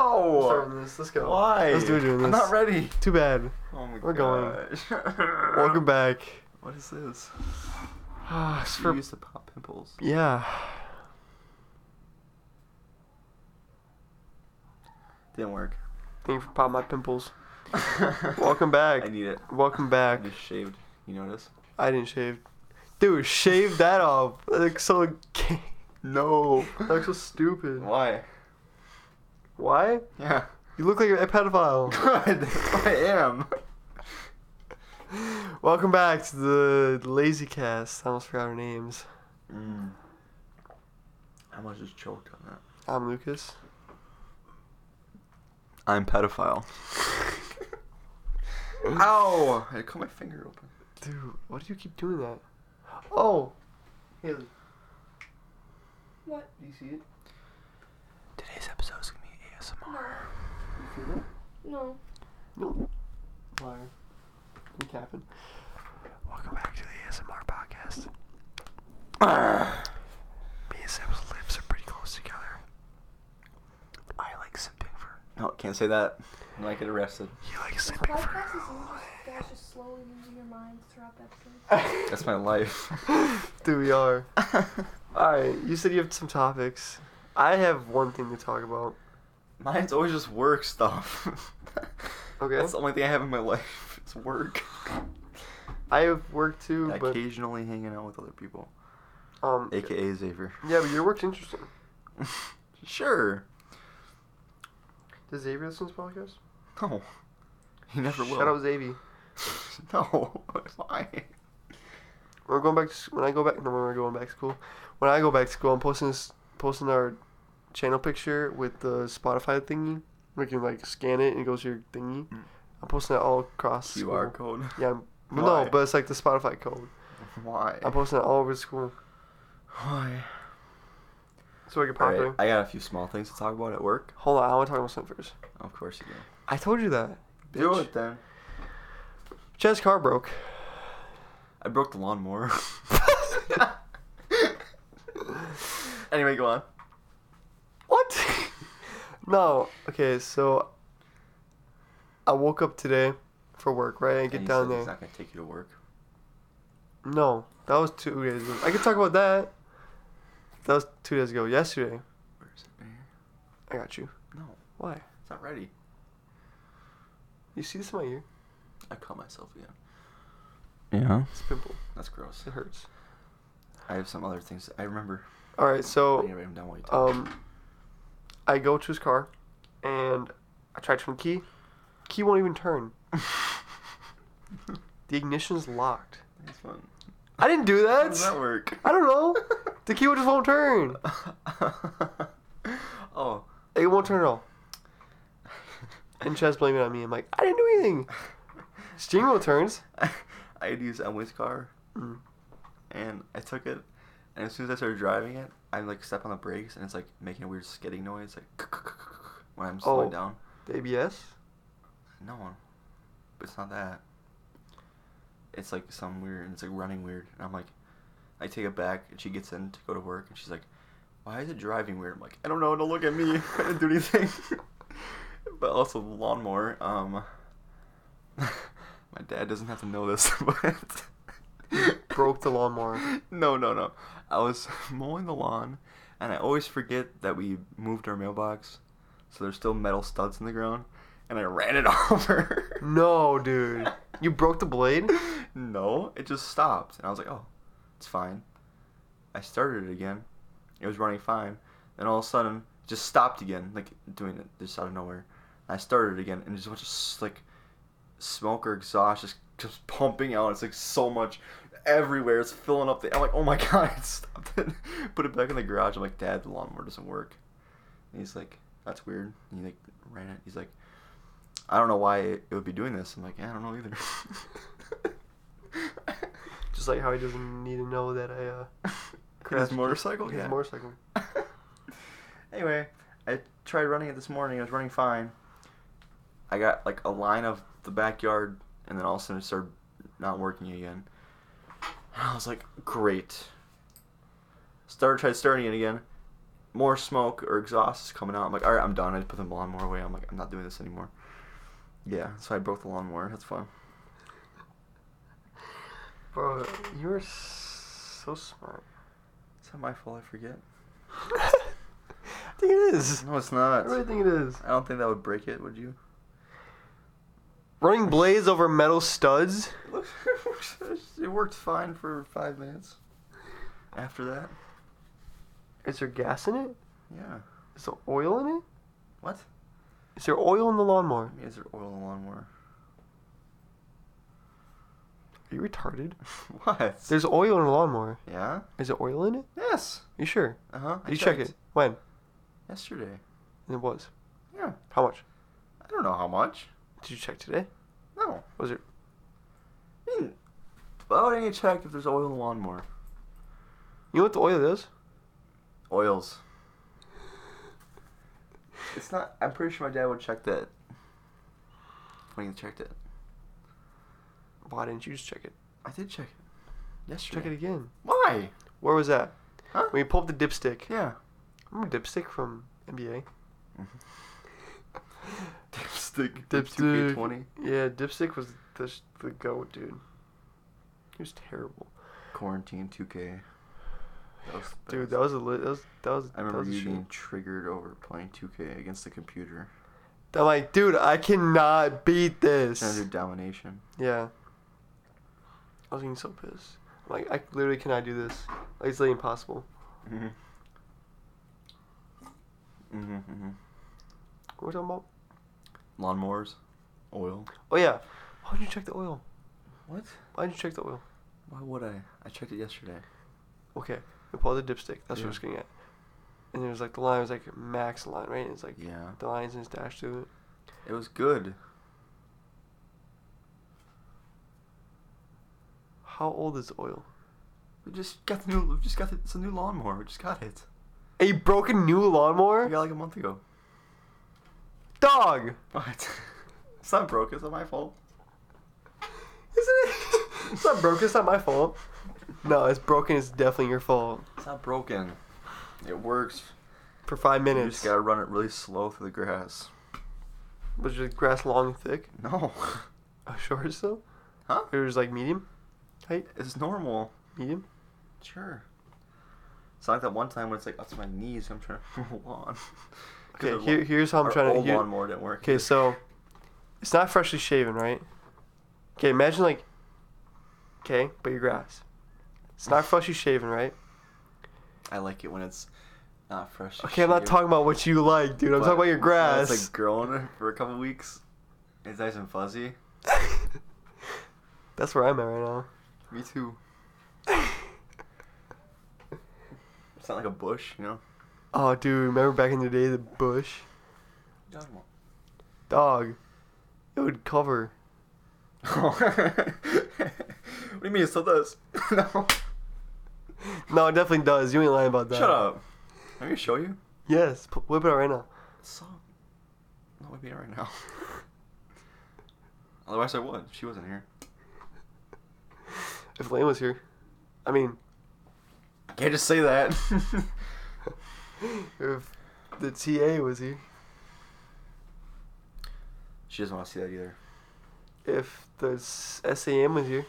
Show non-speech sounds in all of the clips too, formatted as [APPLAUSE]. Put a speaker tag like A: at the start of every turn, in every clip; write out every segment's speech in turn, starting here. A: No.
B: Starting this. Let's go.
A: Why?
B: Let's do it doing this.
A: I'm not ready.
B: Too bad.
A: Oh my
B: We're going.
A: gosh.
B: Welcome back.
A: What is this?
B: Ah, it's
A: You
B: for
A: used to pop pimples.
B: yeah.
A: Didn't [LAUGHS] work.
B: Thank you for popping my pimples. Welcome back.
A: I need it.
B: Welcome
A: I
B: back.
A: just shaved. You notice?
B: I didn't shave. Dude, shave that off. That looks so gay.
A: No.
B: That looks so stupid.
A: Why?
B: Why?
A: Yeah.
B: You look like a pedophile.
A: [LAUGHS] Good. I am.
B: Welcome back to the Lazy Cast. I almost forgot our names.
A: Mm. I almost just choked on that.
B: I'm Lucas.
A: I'm pedophile. [LAUGHS] Ow! I cut my finger open.
B: Dude, why do you keep doing that? Oh, Haley. What? Do you see it?
A: Today's episode's gonna be ASMR.
B: You feel it?
C: No.
B: Nope. Liar. It happened.
A: Welcome back to the ASMR podcast.
B: [SIGHS]
A: Me and Sam's lips are pretty close together. I like simping for. No, can't say that. I might get arrested. You like
C: This podcast is you just, guys just slowly losing your minds throughout the
A: [LAUGHS]
C: episode.
A: That's my life.
B: [LAUGHS] Dude, we are. Alright, you said you have some topics. I have one thing to talk about.
A: [LAUGHS] Mine's always just work stuff. [LAUGHS]
B: Okay.
A: That's the only thing I have in my life. [LAUGHS] It's work.
B: I have work too, but.
A: Occasionally hanging out with other people,
B: Um,
A: aka Xavier.
B: Yeah, but your work's interesting.
A: [LAUGHS] Sure.
B: Does Xavier listen to this podcast?
A: No. He never will.
B: Shout out Xavier.
A: [LAUGHS] No. [LAUGHS] Why?
B: We're going back to s- when I go back. No, when we're going back to school. When I go back to school, I'm posting this, posting our channel picture with the Spotify thingy. We can like scan it and it goes to your thingy.
A: Mm.
B: I'm posting it all across. school.
A: QR code. [LAUGHS]
B: Yeah. I'm- but
A: Why?
B: No, but it's like the Spotify code.
A: Why?
B: I'm posting it all over school,
A: Why?
B: so I can
A: All
B: pop
A: right,
B: it.
A: I got a few small things to talk about at work.
B: Hold on, I want to talk about something first.
A: Of course you
B: I told you that.
A: do.
B: Do it
A: then.
B: Chad's car broke.
A: I broke the
B: [LAUGHS]
A: lawnmower. [LAUGHS] anyway, go on.
B: What? [LAUGHS] no. Okay, so I woke up today for work, right? I
A: And
B: get
A: he
B: down
A: said
B: there.
A: He's not gonna take you to work.
B: No, that was two days ago. I could talk about that. That was two days ago. Yesterday,
A: Where is it? Right here?
B: I got you.
A: No,
B: Why?
A: it's not ready.
B: You see this in my ear?
A: I cut myself again. Yeah.
B: It's a pimple.
A: That's gross.
B: It hurts.
A: I have some other things. I remember.
B: All right,
A: I need
B: so
A: to write 'em down while you talk.
B: um, I go to his car, and I try to turn the key. Key won't even turn. The ignition's locked.
A: That's fun.
B: I didn't do
A: How does
B: that.
A: that work?
B: I don't know. The key just won't turn.
A: [LAUGHS] oh.
B: [LAUGHS] It won't turn at all. And Chad's blaming it on me. I'm like, I didn't do anything. Steering wheel turns.
A: [LAUGHS] I had used Emily's car
B: Mm.
A: and I took it, and as soon as I started driving it, I like step on the brakes and it's like making a weird skidding noise, like [LAUGHS] when I'm slowing
B: Oh.
A: down.
B: The ABS.
A: No, it's not that. It's like some weird, and it's like running weird, and I'm like, I take it back, and she gets in to go to work, and she's like, "Why is it driving weird?" I'm like, "I don't know. Don't look at me. [LAUGHS] I didn't do anything." but also the lawnmower. Um, [LAUGHS] my dad doesn't have to know this, [LAUGHS] but
B: [LAUGHS] broke the lawnmower.
A: no, no, no. I was [LAUGHS] mowing the lawn, and I always forget that we moved our mailbox, so there's still metal studs in the ground, and I ran it [LAUGHS] over.
B: No, dude. You broke the blade?
A: no, it just stopped, and I was like, oh, it's fine. I started it again. It was running fine, and all of a sudden, it just stopped again, like doing it just out of nowhere. I started it again, and just a bunch of s- like smoke or exhaust just just pumping out. It's like so much everywhere. It's filling up the. I'm like, oh my [LAUGHS] god, it stopped it. Put it back in the garage. I'm like, Dad, the lawnmower doesn't work. And he's like, that's weird. And he like ran it. He's like, I don't know why it would be doing this. I'm like, yeah, I don't know [LAUGHS] either.
B: Just like how he doesn't need to know that I uh
A: In his
B: crashed
A: motorcycle.
B: his
A: Yeah.
B: motorcycle.
A: [LAUGHS] anyway, I tried running it this morning. It was running fine. I got like a line of the backyard, and then all of a sudden it started not working again. And I was like, great. Started tried starting it again. more smoke or exhaust is coming out. I'm like, all right, I'm done. I just put the lawnmower away. I'm like, I'm not doing this anymore. Yeah, so I broke the lawnmower. That's fun.
B: Bro, you're
A: [LAUGHS]
B: so smart.
A: It's not my fault. I forget.
B: I think it is.
A: No, it's
B: I
A: not.
B: really think it is.
A: I don't think that would break it. Would you?
B: Running blades over metal studs.
A: [LAUGHS] it worked fine for five minutes. After that,
B: Is there gas in it?
A: yeah.
B: Is there oil in it?
A: What?
B: Is there oil in the lawnmower?
A: I mean, is there oil in the lawnmower? [LAUGHS]
B: Are you retarded?
A: what?
B: There's oil in the lawnmower.
A: yeah.
B: Is there oil in it?
A: Yes.
B: you sure?
A: Uh huh.
B: Did you check it? When?
A: yesterday.
B: And it was.
A: Yeah.
B: How much?
A: I don't know how much.
B: Did you check today?
A: No.
B: Was it?
A: I mean, why would I need to check if there's oil in the lawnmower?
B: You know what the oil is?
A: Oils. It's not. I'm pretty sure my dad would check that. When he checked it,
B: Why didn't you just check it?
A: I did check it. Yesterday.
B: Check it again.
A: Why?
B: Where was that?
A: Huh?
B: When you pulled the dipstick.
A: Yeah.
B: Remember dipstick from NBA?
A: [LAUGHS] Dipstick.
B: Dipstick.
A: 2K20.
B: Yeah, dipstick was the sh- the goat, dude. He was terrible,
A: Quarantine 2K. That was the
B: dude.
A: best.
B: That was a li- that was that was.
A: I remember
B: that was
A: you
B: a shame.
A: being triggered over playing 2K against the computer.
B: I'm like, dude, I cannot beat
A: Trying to
B: this.
A: do domination.
B: Yeah. I was getting so pissed. I'm like, I literally cannot do this. Like, it's like impossible.
A: Mm-hmm. Mm-hmm, mm-hmm.
B: What are we talking about?
A: Lawnmowers. Oil.
B: Oh yeah. Why would you check the oil?
A: What?
B: Why did you check the oil?
A: Why would I? I checked it yesterday.
B: Okay, we pulled the dipstick. That's what I
A: Yeah.
B: was getting at. And there was like the line was like max line, right? And it's like
A: Yeah.
B: the lines in his dash to it.
A: It was good.
B: How old is the oil?
A: We just got the new. We just got the, it's a new lawnmower. We just got it.
B: A broken new
A: We
B: lawnmower?
A: got it like a month ago.
B: Dog! [LAUGHS]
A: What? it's not broke. It's not my fault.
B: Isn't it? [LAUGHS] it's not broken. It's not my fault. No, it's broken. It's definitely your fault.
A: It's not broken. It works.
B: For five
A: You
B: minutes.
A: just gotta run it really slow through the grass.
B: Was your grass long and thick?
A: No. [LAUGHS]
B: Uh, short still?
A: Huh?
B: It was like medium? Height?
A: It's normal.
B: Medium?
A: Sure. It's not like that one time when it's like up to my knees. I'm trying to [LAUGHS] roll on. 'Cause our
B: Okay, here,
A: lawn-
B: here's how I'm
A: our
B: trying to.
A: Old
B: Here,
A: lawnmower didn't work.
B: okay, so it's not freshly shaven, right? Okay, imagine like. Okay, but your grass. It's not freshly shaven, right?
A: I like it when it's not fresh.
B: Okay, I'm not
A: shaved,
B: talking about what you like, dude. I'm
A: but
B: talking about your
A: when
B: grass.
A: It's like grown for a couple weeks. It's nice and fuzzy.
B: [LAUGHS] That's where I'm at right now.
A: Me too. It's not like a bush, you know.
B: [LAUGHS] Oh, dude, remember back in the day, the bush?
A: [LAUGHS]
B: Dog. It would cover.
A: what do you mean? It still does. [LAUGHS] no.
B: [LAUGHS] No, it definitely does. You ain't lying about that.
A: Shut up. Let me show you.
B: Yes, p- whip it out right now.
A: So, not with me right now. [LAUGHS] Otherwise, I would. She wasn't here.
B: If Lane was here. I mean,
A: Can't just say that.
B: if the TA was here.
A: [LAUGHS] she doesn't want to see that either.
B: If the s- SAM was here.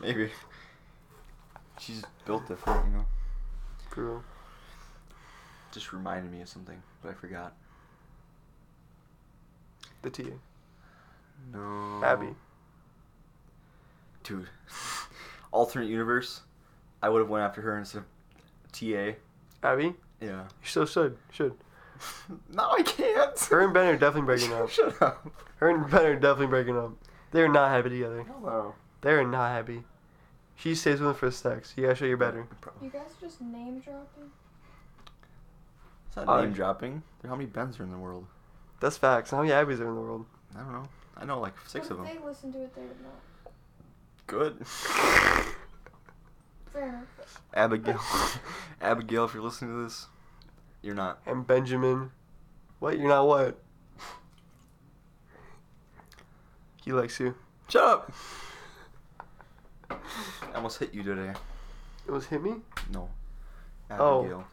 A: Maybe. She's built different, you know.
B: For real.
A: Just reminded me of something, but I forgot.
B: The TA.
A: No.
B: Abby.
A: Dude. [LAUGHS] Alternate universe. I would have went after her instead of TA.
B: Abby? You
A: Yeah.
B: still should. Should.
A: [LAUGHS] No, I can't.
B: Her and Ben are definitely breaking
A: [LAUGHS]
B: up.
A: Shut up.
B: Her and Ben are definitely breaking up. They're not happy together.
A: Hello.
B: They're not happy. She stays with him for sex. You gotta show you're better.
C: You guys just name dropping?
A: It's not
B: Uh,
A: name dropping. How many Bens are in the world?
B: That's facts. How many Abbeys are in the world?
A: I don't know. I know like six
C: But
A: of them.
C: If they listened to it, they would not.
A: Good.
C: Fair enough.
A: [LAUGHS] Abigail. [LAUGHS] Abigail, if you're listening to this, you're not.
B: And Benjamin. What? You're not what? [LAUGHS] He likes you.
A: Shut up. I almost hit you today.
B: It was hit me?
A: No.
B: Oh.
A: Abigail.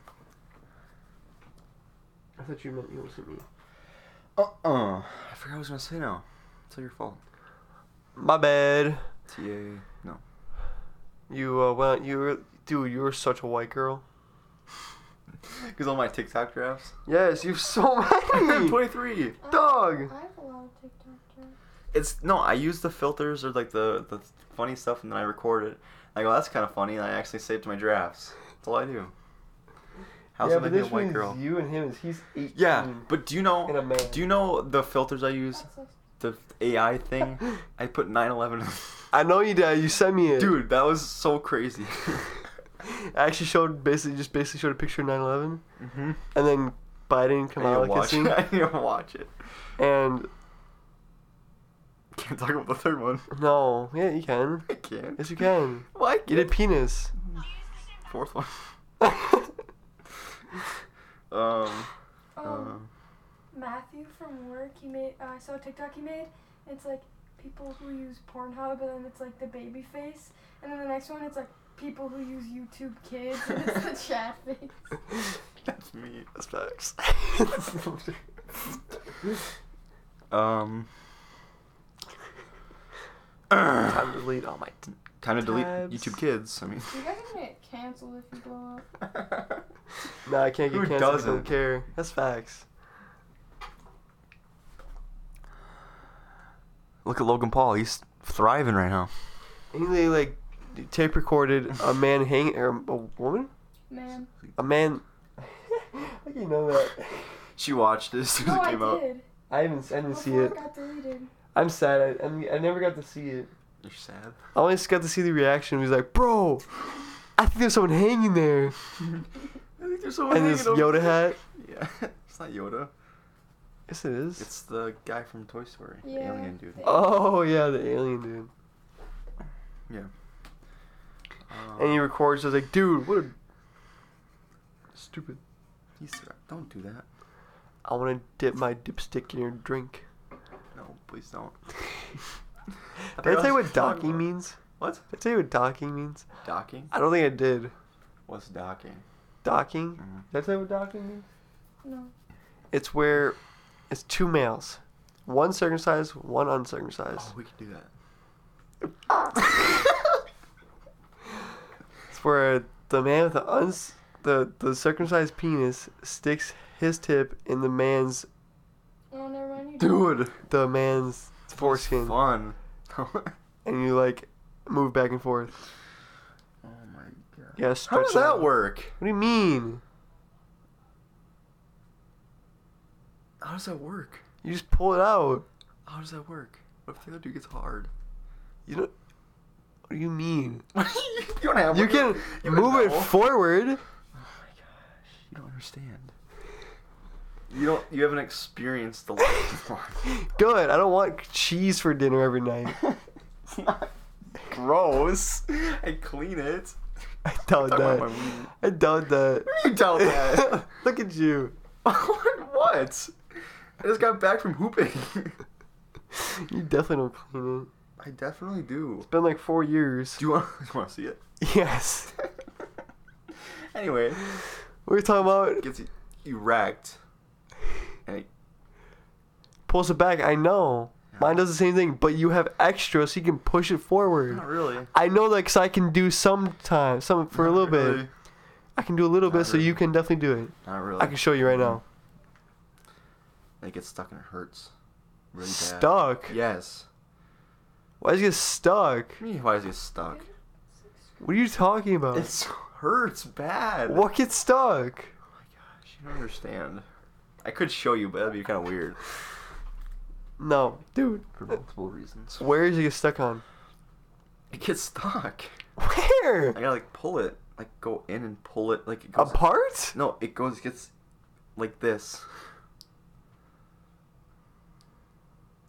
B: I thought you meant you listen to me.
A: Oh. Uh-uh. I forgot what I was going to say now. It's all your fault.
B: My bad.
A: T.A. No.
B: You uh, went. You were, dude. You were such a white girl.
A: Because all my TikTok drafts.
B: Yes, you have so [LAUGHS]
A: [LAUGHS]
B: many.
A: 23.
C: I-
B: Dog.
C: I have a lot of TikTok jokes.
A: It's no, I use the filters or like the, the funny stuff and then I record it. I go, that's kind of funny, and I actually save it to my drafts. That's all I do. How's
B: yeah,
A: it
B: but
A: gonna be a
B: this
A: white
B: one's
A: girl?
B: you and him. Is he's eighteen. [LAUGHS]
A: Yeah, but do you
B: And a
A: know?
B: man.
A: Do you know the filters I use?
C: That's like-
A: The AI
B: [LAUGHS]
A: thing. I put 9/11. [LAUGHS]
B: I know you did. You sent me it,
A: Dude, that was so crazy.
B: [LAUGHS] I actually showed basically just basically showed a picture of 9/11,
A: [LAUGHS] mm-hmm.
B: and then Biden
A: I need to
B: Kamala
A: watch
B: kissing,
A: it. [LAUGHS] I need to watch it.
B: [LAUGHS] and
A: Can't talk about the third one. [LAUGHS]
B: no, yeah, you can.
A: I can't.
B: Yes, you can.
A: Why
B: You
A: can't?
B: did penis. [LAUGHS]
A: Fourth one. [LAUGHS]
B: Wait,
A: Um.
C: Um,
A: um,
C: Matthew from work, he made. Uh, I saw a TikTok he made. It's like people who use Pornhub, and then it's like the baby face, and then the next one it's like people who use YouTube Kids, and it's
A: [LAUGHS]
C: the chat face.
A: that's me.
B: that's facts.
A: [LAUGHS] Um.
B: Time to delete all my. T-
A: Time to delete
B: Tabs.
A: YouTube Kids. I mean.
C: You guys are gonna get canceled if you blow up.
B: nah, I can't get
A: Who
B: canceled. I
A: doesn't?
B: don't care. That's facts.
A: [LAUGHS] Look at Logan Paul. He's thriving right now.
B: And they like tape recorded a man hang or a woman,
C: Man.
B: a man. [LAUGHS] I can know that.
A: She watched it as soon as it
C: No, Oh, I
A: came out.
C: did.
B: I haven't. I didn't see
C: Before
B: it.
C: it got deleted.
B: [LAUGHS] I'm sad. I, I, mean, I never got to see it.
A: You're sad.
B: I only just got to see the reaction. He's like, "Bro, I think there's someone hanging there."
A: I think there's someone
B: And
A: hanging
B: this
A: over there.
B: Yoda hat.
A: Yeah, [LAUGHS] it's not Yoda.
B: Yes, it is.
A: It's the guy from Toy Story. the
C: Yeah.
A: Alien dude.
B: oh yeah, the alien dude.
A: Um,
B: And he records. I was like, "Dude, what a stupid."
A: he's thri- don't do that.
B: I want to dip my dipstick in your [LAUGHS] drink.
A: No, please don't. I
B: Did I tell you
A: was
B: what
A: talking
B: docking
A: about-
B: means?
A: What?
B: Did I tell you what docking means?
A: Docking?
B: I don't think I did.
A: What's docking?
B: Docking?
A: Mhm.
B: Did I tell you what docking means?
C: No.
B: It's where it's two males, one circumcised, one
A: Oh,
B: uncircumcised.
A: we can do that. Oh.
B: It's where the man with the uns the the circumcised penis sticks his tip in the man's
C: Oh, never mind.
A: [LAUGHS]
C: You
A: Dude,
B: the man's
A: [LAUGHS]
B: foreskin,
A: fun. oh
B: and you like move back and forth.
A: my god.
B: Yeah,
A: How
B: stretch
A: does
B: it
A: that
B: out.
A: work?
B: What do you mean?
A: How does that work?
B: You just pull it out.
A: How does that work? What if the other dude gets hard?
B: You don't. What do you mean?
A: [LAUGHS] you don't have.
B: You
A: one.
B: can
A: you
B: move it
A: know.
B: forward.
A: You don't understand. You don't. You haven't experienced the life.
B: Good. I don't want cheese for dinner every night.
A: [LAUGHS] it's not gross. I clean it.
B: [LAUGHS] I doubt
A: Talking about
B: that.
A: my weed.
B: I doubt that.
A: [LAUGHS] You doubt that.
B: [LAUGHS] Look at you.
A: [LAUGHS] what? I just got back from hooping.
B: You definitely don't clean it.
A: [LAUGHS] I definitely do.
B: It's been like four years. [LAUGHS]
A: Do you want? [LAUGHS] You want to see it?
B: Yes.
A: anyway,
B: What are you talking about?
A: gets e- erect. And it-
B: Pulls it back. I know. Mine does the same thing, but you have extra, so you can push it forward.
A: not really.
B: I know that 'cause I can do sometime, some for a
A: Not
B: little bit.
A: really.
B: I can do a little
A: Not
B: bit, so you
A: really.
B: can definitely do it.
A: Not really.
B: I can show you right now.
A: It gets stuck and it hurts. Really bad.
B: Stuck.
A: Yes.
B: Why is it stuck?
A: What do you mean, Why is it stuck?
B: What are you talking about?
A: It hurts bad.
B: What gets stuck?
A: Oh my gosh, you don't understand. I could show you, but that'd be kind of weird
B: No, dude.
A: for multiple reasons.
B: Where is it get stuck on? [LAUGHS]
A: It gets stuck.
B: Where?
A: I gotta like pull it, like go in and pull it, like it goes.
B: Apart?
A: No, it goes gets like this.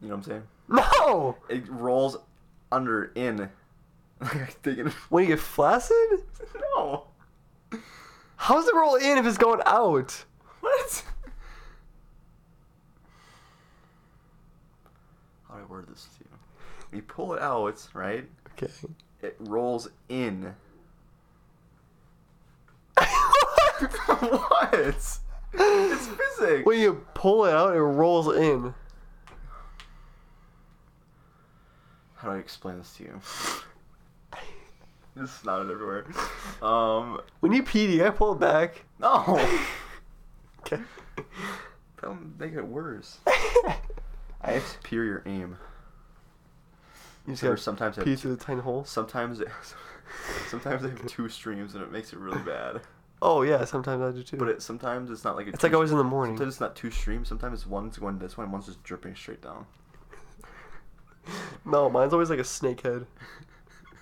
A: You know what I'm saying?
B: [LAUGHS] No.
A: It rolls under in. [LAUGHS] Like I dig it. [LAUGHS]
B: When you get flaccid?
A: No.
B: How's it roll in if it's going out?
A: What? How do I word this to you? You pull it out, right?
B: Okay.
A: It rolls in. [LAUGHS] what? It's physics.
B: [LAUGHS] When you pull it out, it rolls in.
A: How do I explain this to you? [LAUGHS] Just snotted everywhere. Um,
B: When you pee, do you gotta pull
A: [LAUGHS]
B: it back?
A: no.
B: Okay.
A: That'll make it worse. I have superior aim.
B: [LAUGHS] You just
A: Or
B: gotta
A: sometimes I
B: pee
A: have two,
B: through the tiny holes.
A: sometimes [LAUGHS] sometimes I have two streams and it makes it really bad.
B: Oh yeah, sometimes I do too.
A: But it sometimes it's not like a
B: it's
A: two
B: like always in the morning.
A: Sometimes it's not two streams. Sometimes one's going this way, and one's just dripping straight down.
B: No, mine's always like a snake
A: [LAUGHS]
B: head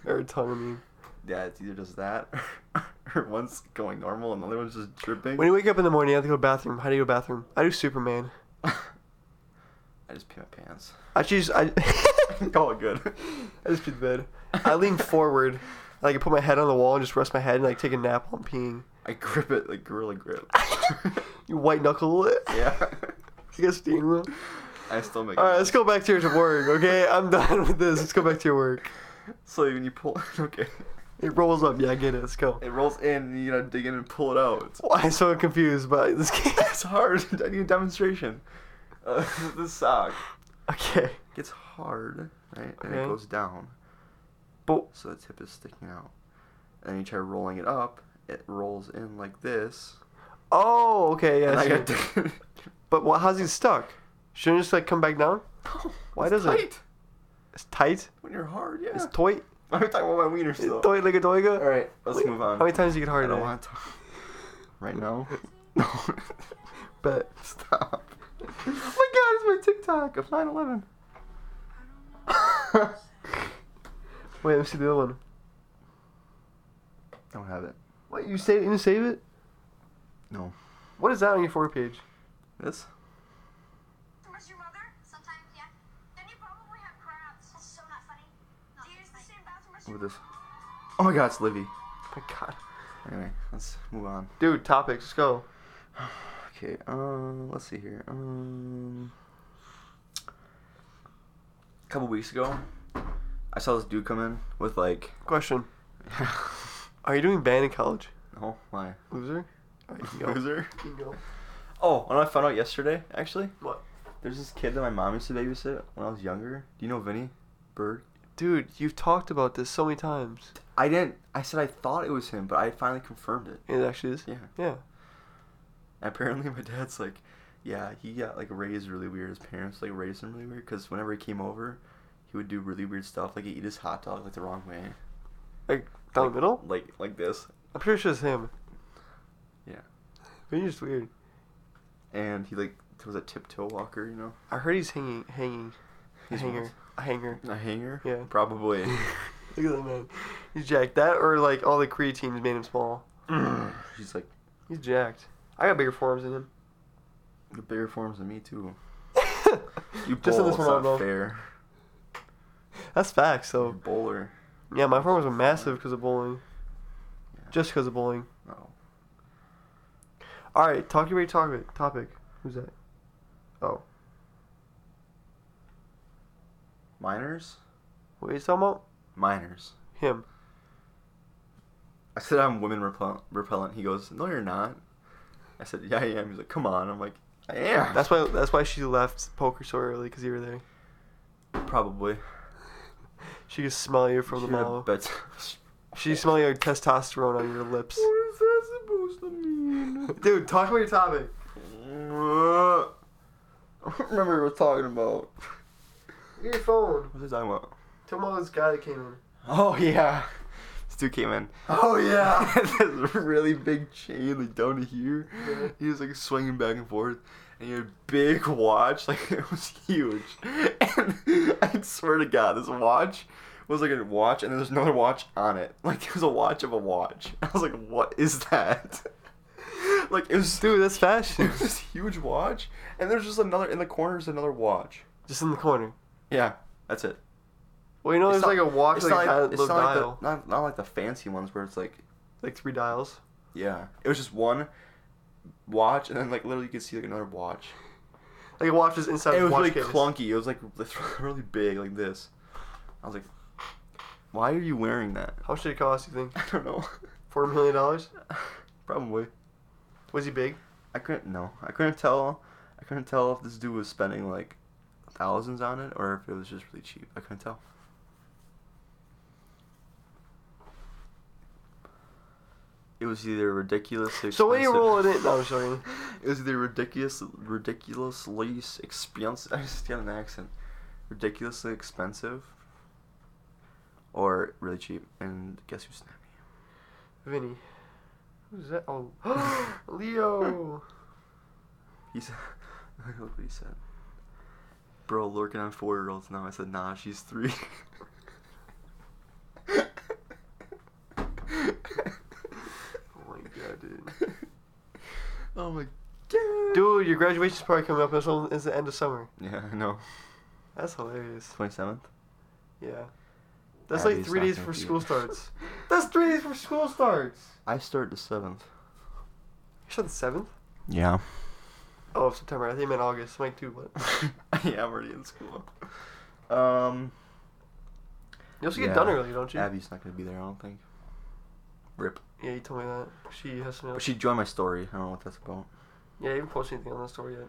B: or a tongue. I mean,
A: Yeah, it's either just that, [LAUGHS] or one's going normal, and the other one's just dripping.
B: when you wake up in the morning, you have to go to the bathroom. How do you go to the bathroom? I do Superman.
A: [LAUGHS] I just pee my pants. [LAUGHS]
B: I choose. I. [LAUGHS]
A: oh, good.
B: I just pee the bed. I
A: [LAUGHS]
B: lean forward. I like put my head on the wall and just rest my head and like take a nap while
A: [LAUGHS]
B: I'm peeing.
A: I grip it like gorilla
B: [LAUGHS]
A: grip.
B: You white knuckle it.
A: yeah. [LAUGHS]
B: You got steam wheel.
A: I still make.
B: All
A: it.
B: right, let's go back to your work. Okay, I'm done with this. Let's go back to your work.
A: So when you pull, [LAUGHS] okay,
B: It rolls up. Yeah, I get it. Let's go.
A: it rolls in, and you gotta dig in and pull it out. It's,
B: Why I'm so confused by this [LAUGHS] game?
A: [LAUGHS] it's hard. [LAUGHS] I need a demonstration. Uh, [LAUGHS] the sock
B: Okay.
A: gets hard, right? And it
B: Okay.
A: goes down.
B: But
A: so the tip is sticking out. And then you try rolling it up, it rolls in like this.
B: oh, okay, yeah.
A: and I
B: sure.
A: got [LAUGHS]
B: [LAUGHS]
A: to-
B: But wha how's it stuck? Shouldn't it just like come back down?
A: No,
B: Why
A: it's
B: does it-
A: tight
B: It's tight.
A: When you're hard, yeah.
B: It's toy.
A: [LAUGHS] I'm talking about my wiener still.
B: Toy like a toyga.
A: Alright, let's move on.
B: How many times do you get hard?
A: I don't
B: today?
A: want to talk. [LAUGHS] Right
B: [LAUGHS]
A: now? [LAUGHS] No.
B: But
A: Stop. Oh my god, it's my TikTok of 9 11. I
B: wait, let me see the other one.
A: [LAUGHS] don't have it.
B: What you save? You didn't save it?
A: No.
B: What is that on your for page?
A: This?
D: Where's your mother? Sometimes, yeah. Then you probably have crabs. That's so not funny. Do you use the same bathroom as
A: What is this? Oh my god, it's Livy.
B: my God,
A: Anyway, let's move on.
B: dude. Topics. Let's go.
A: Okay, um, let's see here. Um, a couple weeks ago, I saw this dude come in with like, [LAUGHS]
B: Question: Are you doing band in college?
A: oh my
B: Loser. All right, you can go.
A: loser.
B: You can go.
A: Oh, and I found out yesterday. Actually,
B: What?
A: there's this kid that my mom used to babysit when I was younger. Do you know Vinny Bird?
B: Dude, you've talked about this so many times.
A: I didn't. I said I thought it was him, but I finally confirmed it. [LAUGHS]
B: It actually is.
A: Yeah.
B: Yeah.
A: And apparently, my dad's like, yeah, he got like raised really weird. His parents like raised him really weird because whenever he came over, he would do really weird stuff. Like he'd eat his hot dog like the wrong way.
B: Like down the middle.
A: like like this,
B: I'm pretty sure it's him.
A: Yeah.
B: But he's just weird.
A: and he like was a tiptoe walker, you know,
B: I heard he's hanging, hanging,
A: He's
B: a hanger,
A: what?
B: a hanger.
A: a hanger.
B: Yeah.
A: probably.
B: [LAUGHS]
A: [CLEARS THROAT]
B: Look at that man. He's jacked. That or like all the creatine made him small.
A: He's like
B: He's jacked. I got bigger forearms than him. [LAUGHS]
A: the bigger forms than me too. You
B: You just
A: bowl,
B: in this
A: it's
B: one
A: not
B: alone.
A: fair.
B: That's facts.
A: So
B: So
A: bowler.
B: yeah, my forearms were massive because of bowling.
A: Yeah.
B: Just because of bowling.
A: No.
B: All right, talk your way topic. Topic. Who's that? Oh,
A: Minors.
B: what are you talking about?
A: Minors.
B: Him.
A: I said I'm women repel- repellent. He goes, no, you're not. I said, yeah, I am. He's like, come on. I'm like, I am.
B: That's why. That's why she left poker so early because you were there.
A: probably
B: She could smell you from the
A: She would've
B: mall.
A: bet-
B: She smelled your testosterone on your lips.
A: what is that supposed to mean?
B: Dude, talk about your topic.
A: I don't remember what [LAUGHS] I was talking about.
B: Your phone.
A: What was I talking about?
B: Tell me about this guy that came in.
A: Oh yeah. This dude came in.
B: Oh
A: [LAUGHS] this really big chain like down to here.
B: Yeah.
A: He was like swinging back and forth, and he had a big watch, [LAUGHS] like it was huge. And [LAUGHS] I swear to God, this watch was like a watch, and there was another watch on it. [LAUGHS] Like it was a watch of a watch. [LAUGHS] I was like, what is that? [LAUGHS] Like it was,
B: Dude, that's
A: it
B: fashion.
A: was [LAUGHS] this huge watch, and there's just another in the corner is another watch.
B: Just in the corner.
A: Yeah, that's it.
B: Well, you know, there's
A: It's
B: like a
A: not-
B: watch,
A: it's
B: like,
A: not
B: a
A: like, it's
B: little
A: not like
B: dial,
A: the, not, not like the fancy ones where it's like
B: like three dials.
A: yeah, it was just one watch, and then like literally you could see like another watch.
B: Like it watches inside.
A: it
B: the
A: was
B: watch
A: really
B: case.
A: clunky. It was like [LAUGHS] it's really big, like this. I was like, why are you wearing that? [LAUGHS]
B: How much did it cost? You think
A: I don't know.
B: four million dollars?
A: [LAUGHS] Probably.
B: Was he big?
A: I couldn't no. I couldn't tell. I couldn't tell if this dude was spending like thousands on it or if it was just really cheap. I couldn't tell. It was either ridiculously.
B: So when you
A: expensive-
B: roll it in- no, I'm sorry.
A: [LAUGHS] It was either ridiculous, ridiculously expensive. [LAUGHS] I just got an accent. Ridiculously expensive, or really cheap. And guess who snapped me?
B: Vinny. Who's that? Oh, [GASPS] Leo.
A: He [LAUGHS] said, look what he said. Bro, lurking on four year olds now. I said, nah, she's [LAUGHS] three.
B: Oh my god, dude.
A: oh my god.
B: Dude, your graduation's probably coming up. It's, all, it's the end of summer.
A: Yeah, I know.
B: That's hilarious.
A: 27th?
B: Yeah. That's
A: Abby's
B: like three
A: not
B: days
A: gonna
B: before
A: be
B: school
A: here. [LAUGHS]
B: starts. That's three days before school starts.
A: I start the 7th.
B: You said the seventh?
A: Yeah.
B: Oh, of September. I think I meant August. I'm like, dude, what?
A: [LAUGHS] yeah, I'm already in school. Um,
B: You also get
A: Yeah.
B: done early, don't you?
A: Abby's not going to be there, I don't think. Rip.
B: Yeah, you told me that. She has some.
A: But she joined my story. I don't know what that's about.
B: Yeah, I haven't posted anything on that story yet.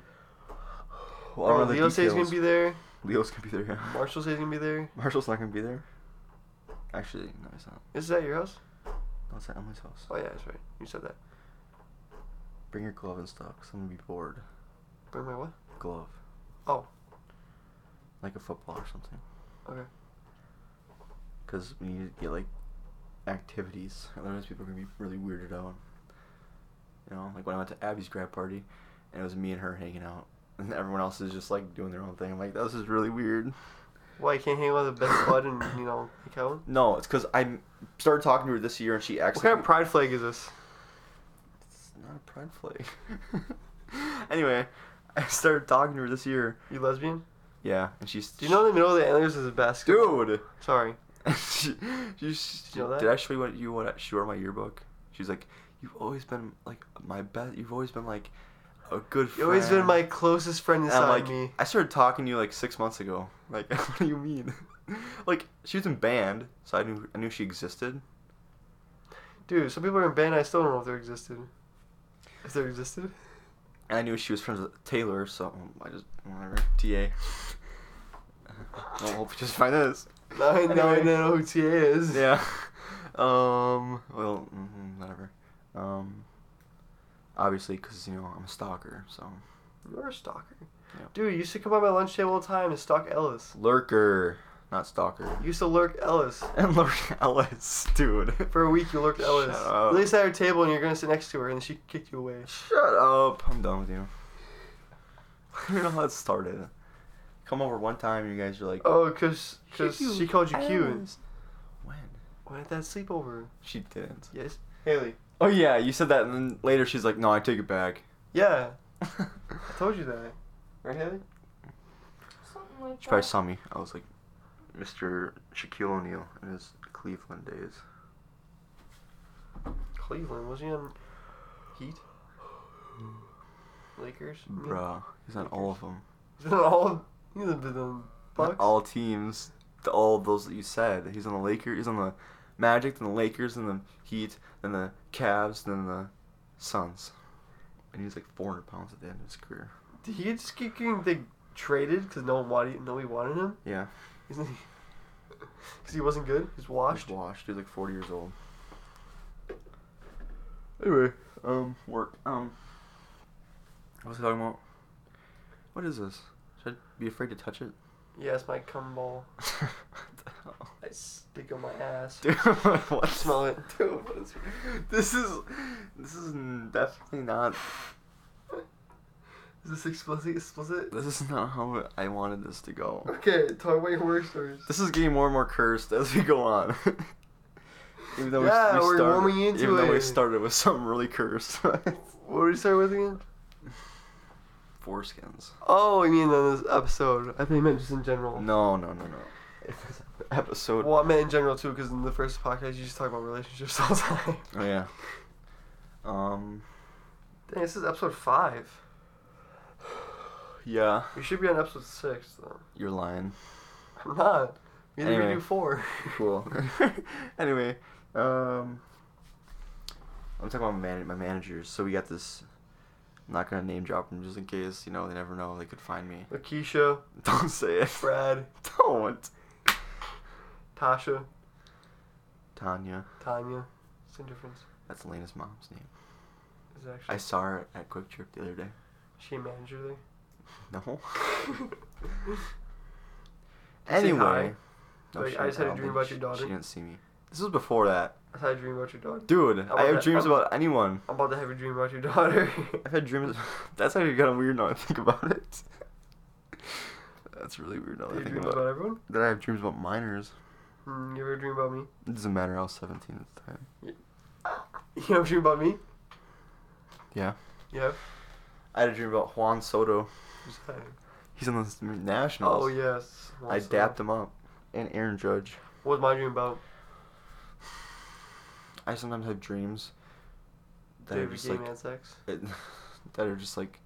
A: Well, I don't
B: Oh,
A: know the
B: Leo says he's
A: details.
B: gonna be there.
A: Leo's going to be there, yeah.
B: Marshall says he's gonna be there.
A: Marshall's not going to be there. Actually, no, he's not.
B: Is that your house?
A: No, it's at Emily's house.
B: Oh yeah, that's right. You said that.
A: Bring your glove and stuff, 'cause I'm gonna be bored.
B: Bring my what?
A: Glove.
B: Oh.
A: Like a football or something.
B: Okay.
A: Because we need to get like activities. [LAUGHS] Otherwise, people are gonna be really weirded out. You know, like when I went to Abby's grad party, and it was me and her hanging out, [LAUGHS] and everyone else is just like doing their own thing. I'm like, this is really weird.
B: Why you can't hang out with the best bud and you know Kellen?
A: No, it's because I started talking to her this year, and she
B: What
A: actually.
B: kind of pride flag is this?
A: It's not a pride flag. [LAUGHS] anyway, I started talking to her this year.
B: You lesbian?
A: Yeah, and she's.
B: Do you know in the middle of the antlers is a basketball?
A: Dude. [LAUGHS]
B: Sorry.
A: she, she, she,
B: you know that?
A: did I show you what you what I- she wore in my yearbook? She's like, you've always been like my best. You've always been like a good. friend.
B: You always been my closest friend
A: And I'm like,
B: inside me.
A: I started talking to you like six months ago. [LAUGHS] Like, what do you mean? [LAUGHS] like, she was in band, so I knew I knew she existed.
B: Dude, some people are in band. I still don't know if they existed. If they existed.
A: And I knew she was friends with Taylor, so um, I just whatever. TA. I hope you just find this.
B: [LAUGHS] Now I now I
A: Anyway.
B: know who TA is.
A: [LAUGHS] Yeah. Um. Well, mm, whatever. Um. Obviously, because you know I'm a stalker, so.
B: You're a stalker.
A: Yeah.
B: Dude, you used to come by my lunch table all the time and stalk Ellis.
A: Lurker, not stalker. [LAUGHS]
B: You used to lurk Ellis.
A: And lurk [LAUGHS] Ellis, dude. [LAUGHS]
B: For a week, you lurked Ellis.
A: Shut up.
B: You laid at her table and you're gonna sit next to her, and she kicked you away.
A: Shut up. I'm done with you. [LAUGHS] I don't know how that started. Come over one time, you guys are like,
B: Oh, cause, cause
A: Cute.
B: she called you cute.
A: Ellis. When?
B: When at that sleepover?
A: She didn't.
B: Yes. Haley.
A: Oh yeah, you said that, and then later she's like, no, I take it back. [LAUGHS]
B: Yeah, I told you that. Right, Haley?
C: Something like
A: She
C: that.
A: probably saw me. I was like, Mr. Shaquille O'Neal in his Cleveland days.
B: Cleveland. Was he on Heat? Lakers?
A: Bruh, he's on all of them.
B: He's on all of. He's on the
A: Not
B: Bucks?
A: all teams, the- all of those that you said. He's on the Lakers. He's on the Magic, then the Lakers, then the Heat, then the Cavs, then the Suns. And he was like 400 pounds at the end of his career.
B: Did he just keep getting they traded because no one wanted, nobody wanted him?
A: Yeah,
B: Isn't he? [LAUGHS] Because he wasn't good. He's washed.
A: He was washed. He was like 40 years old. Anyway, um, work. Um, what was I talking about? What is this? Should I be afraid to touch it? [LAUGHS]
B: Yes, my cum ball.
A: what the hell?
B: I stick on my ass.
A: Dude, [LAUGHS] what?
B: Smell it.
A: [LAUGHS] Dude, what is, [LAUGHS] this is this is definitely not
B: Is this explicit? Explicit?
A: this is not how I wanted this to go.
B: Okay, talk about your horror stories.
A: This is getting more and more cursed as we go on. [LAUGHS] even though
B: Yeah,
A: we, we
B: we're
A: started,
B: warming into
A: even though we
B: it.
A: started with something really cursed. [LAUGHS]
B: What did we start with again?
A: Foreskins.
B: Oh, I mean on this episode. I think I meant just in general. [LAUGHS]
A: No, no, no, no. Episode.
B: Well, I meant in general too, because in the first podcast you just talk about relationships all the time.
A: Oh yeah. Um.
B: Dang, this is episode five.
A: Yeah.
B: We should be on episode six though. [LAUGHS]
A: You're lying.
B: I'm not. We didn't even
A: Anyway.
B: do four. [LAUGHS]
A: Cool. [LAUGHS] anyway, um, I'm talking about man- my managers. So we got this I'm not gonna name drop them just in case you know they never know they could find me. [LAUGHS]
B: Lakeisha,
A: Don't say it. [LAUGHS]
B: Brad,
A: Don't.
B: Tasha,
A: Tanya.
B: Tanya. Same difference.
A: That's Elena's mom's name.
B: Is it actually
A: I saw her at Quick Trip the other day.
B: is she a manager there?
A: No.
B: [LAUGHS] hi.
A: anyway.
B: Like,
A: she-
B: I just had a
A: don't
B: dream
A: think
B: about
A: she-
B: your daughter.
A: She didn't see me. This was before that.
B: I had a dream about your daughter.
A: Dude,
B: How
A: I
B: about
A: have
B: that?
A: dreams
B: How-
A: about anyone.
B: I'm about to have a dream about your daughter. [LAUGHS]
A: I've had dreams. [LAUGHS] That's actually kind of weird now I think about it. [LAUGHS] That's really weird now
B: Do
A: that I
B: you
A: think
B: dream
A: about,
B: about
A: it.
B: everyone?
A: That I have dreams about minors.
B: Mm, you ever dream about me? [LAUGHS]
A: It doesn't matter. I was 17 at the time.
B: You ever dream about me?
A: Yeah.
B: Yeah.
A: I had a dream about Juan Soto.
B: Who's that?
A: He's on the Nationals.
B: Oh yes.
A: I
B: Awesome.
A: dapped him up. And Aaron Judge.
B: What was my dream about?
A: I sometimes have dreams that are
B: David
A: just
B: Gay
A: like
B: man sex.
A: it, [LAUGHS] that are just like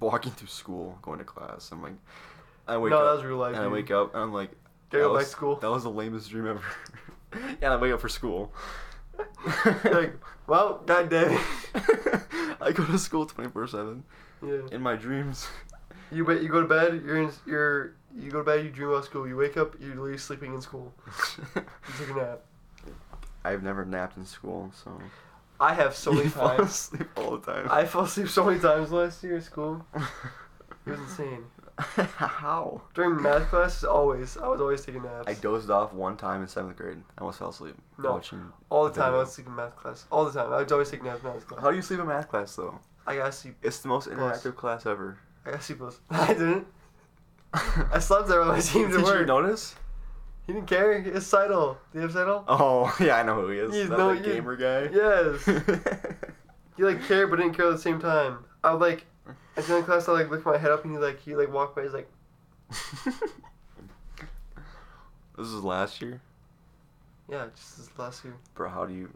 A: walking through school, going to class. I'm like, I wake
B: No,
A: up
B: that was real life.
A: and I
B: dude.
A: wake up and I'm like,
B: Gotta
A: that
B: go back
A: was-
B: to school.
A: That was the lamest dream ever. [LAUGHS] yeah, I wake up for
B: [LAUGHS]
A: school.
B: like, well, that day.
A: [LAUGHS] I go to school 24 seven
B: yeah.
A: in my dreams.
B: You bet. You go to bed. You're in. You're. You go to bed. You dream about school. You wake up. You're literally sleeping in school. You took a nap.
A: [LAUGHS] I've never napped in school, so
B: I have so
A: [LAUGHS]
B: many
A: You fall
B: times.
A: asleep all the time.
B: I fell asleep so many times last year at school. It was insane.
A: [LAUGHS] How?
B: During math classes, always. I was always taking naps.
A: I dozed off one time in seventh grade. I almost fell asleep.
B: No.
A: Watching
B: All
A: a
B: the time, I
A: video.
B: would sleep in math class. All the time, I would always take naps in math class.
A: How do you sleep in math class though?
B: I gotta sleep.
A: It's the most
B: Class.
A: interactive class ever. [LAUGHS]
B: I gotta sleep less. [LAUGHS] I didn't. I slept there when I came to
A: Did you
B: work.
A: notice?
B: He didn't care. It's Seidel. Do you have Seidel?
A: Oh [LAUGHS] yeah, I know who he is.
B: You
A: that
B: know-
A: like,
B: you-
A: gamer guy.
B: Yes. He like cared but didn't care at the same time. I would like at the end of class I like lift my head up and he like he like walked by. He's like,
A: [LAUGHS] this is last year,
B: yeah, just this last year.
A: bro. How do you?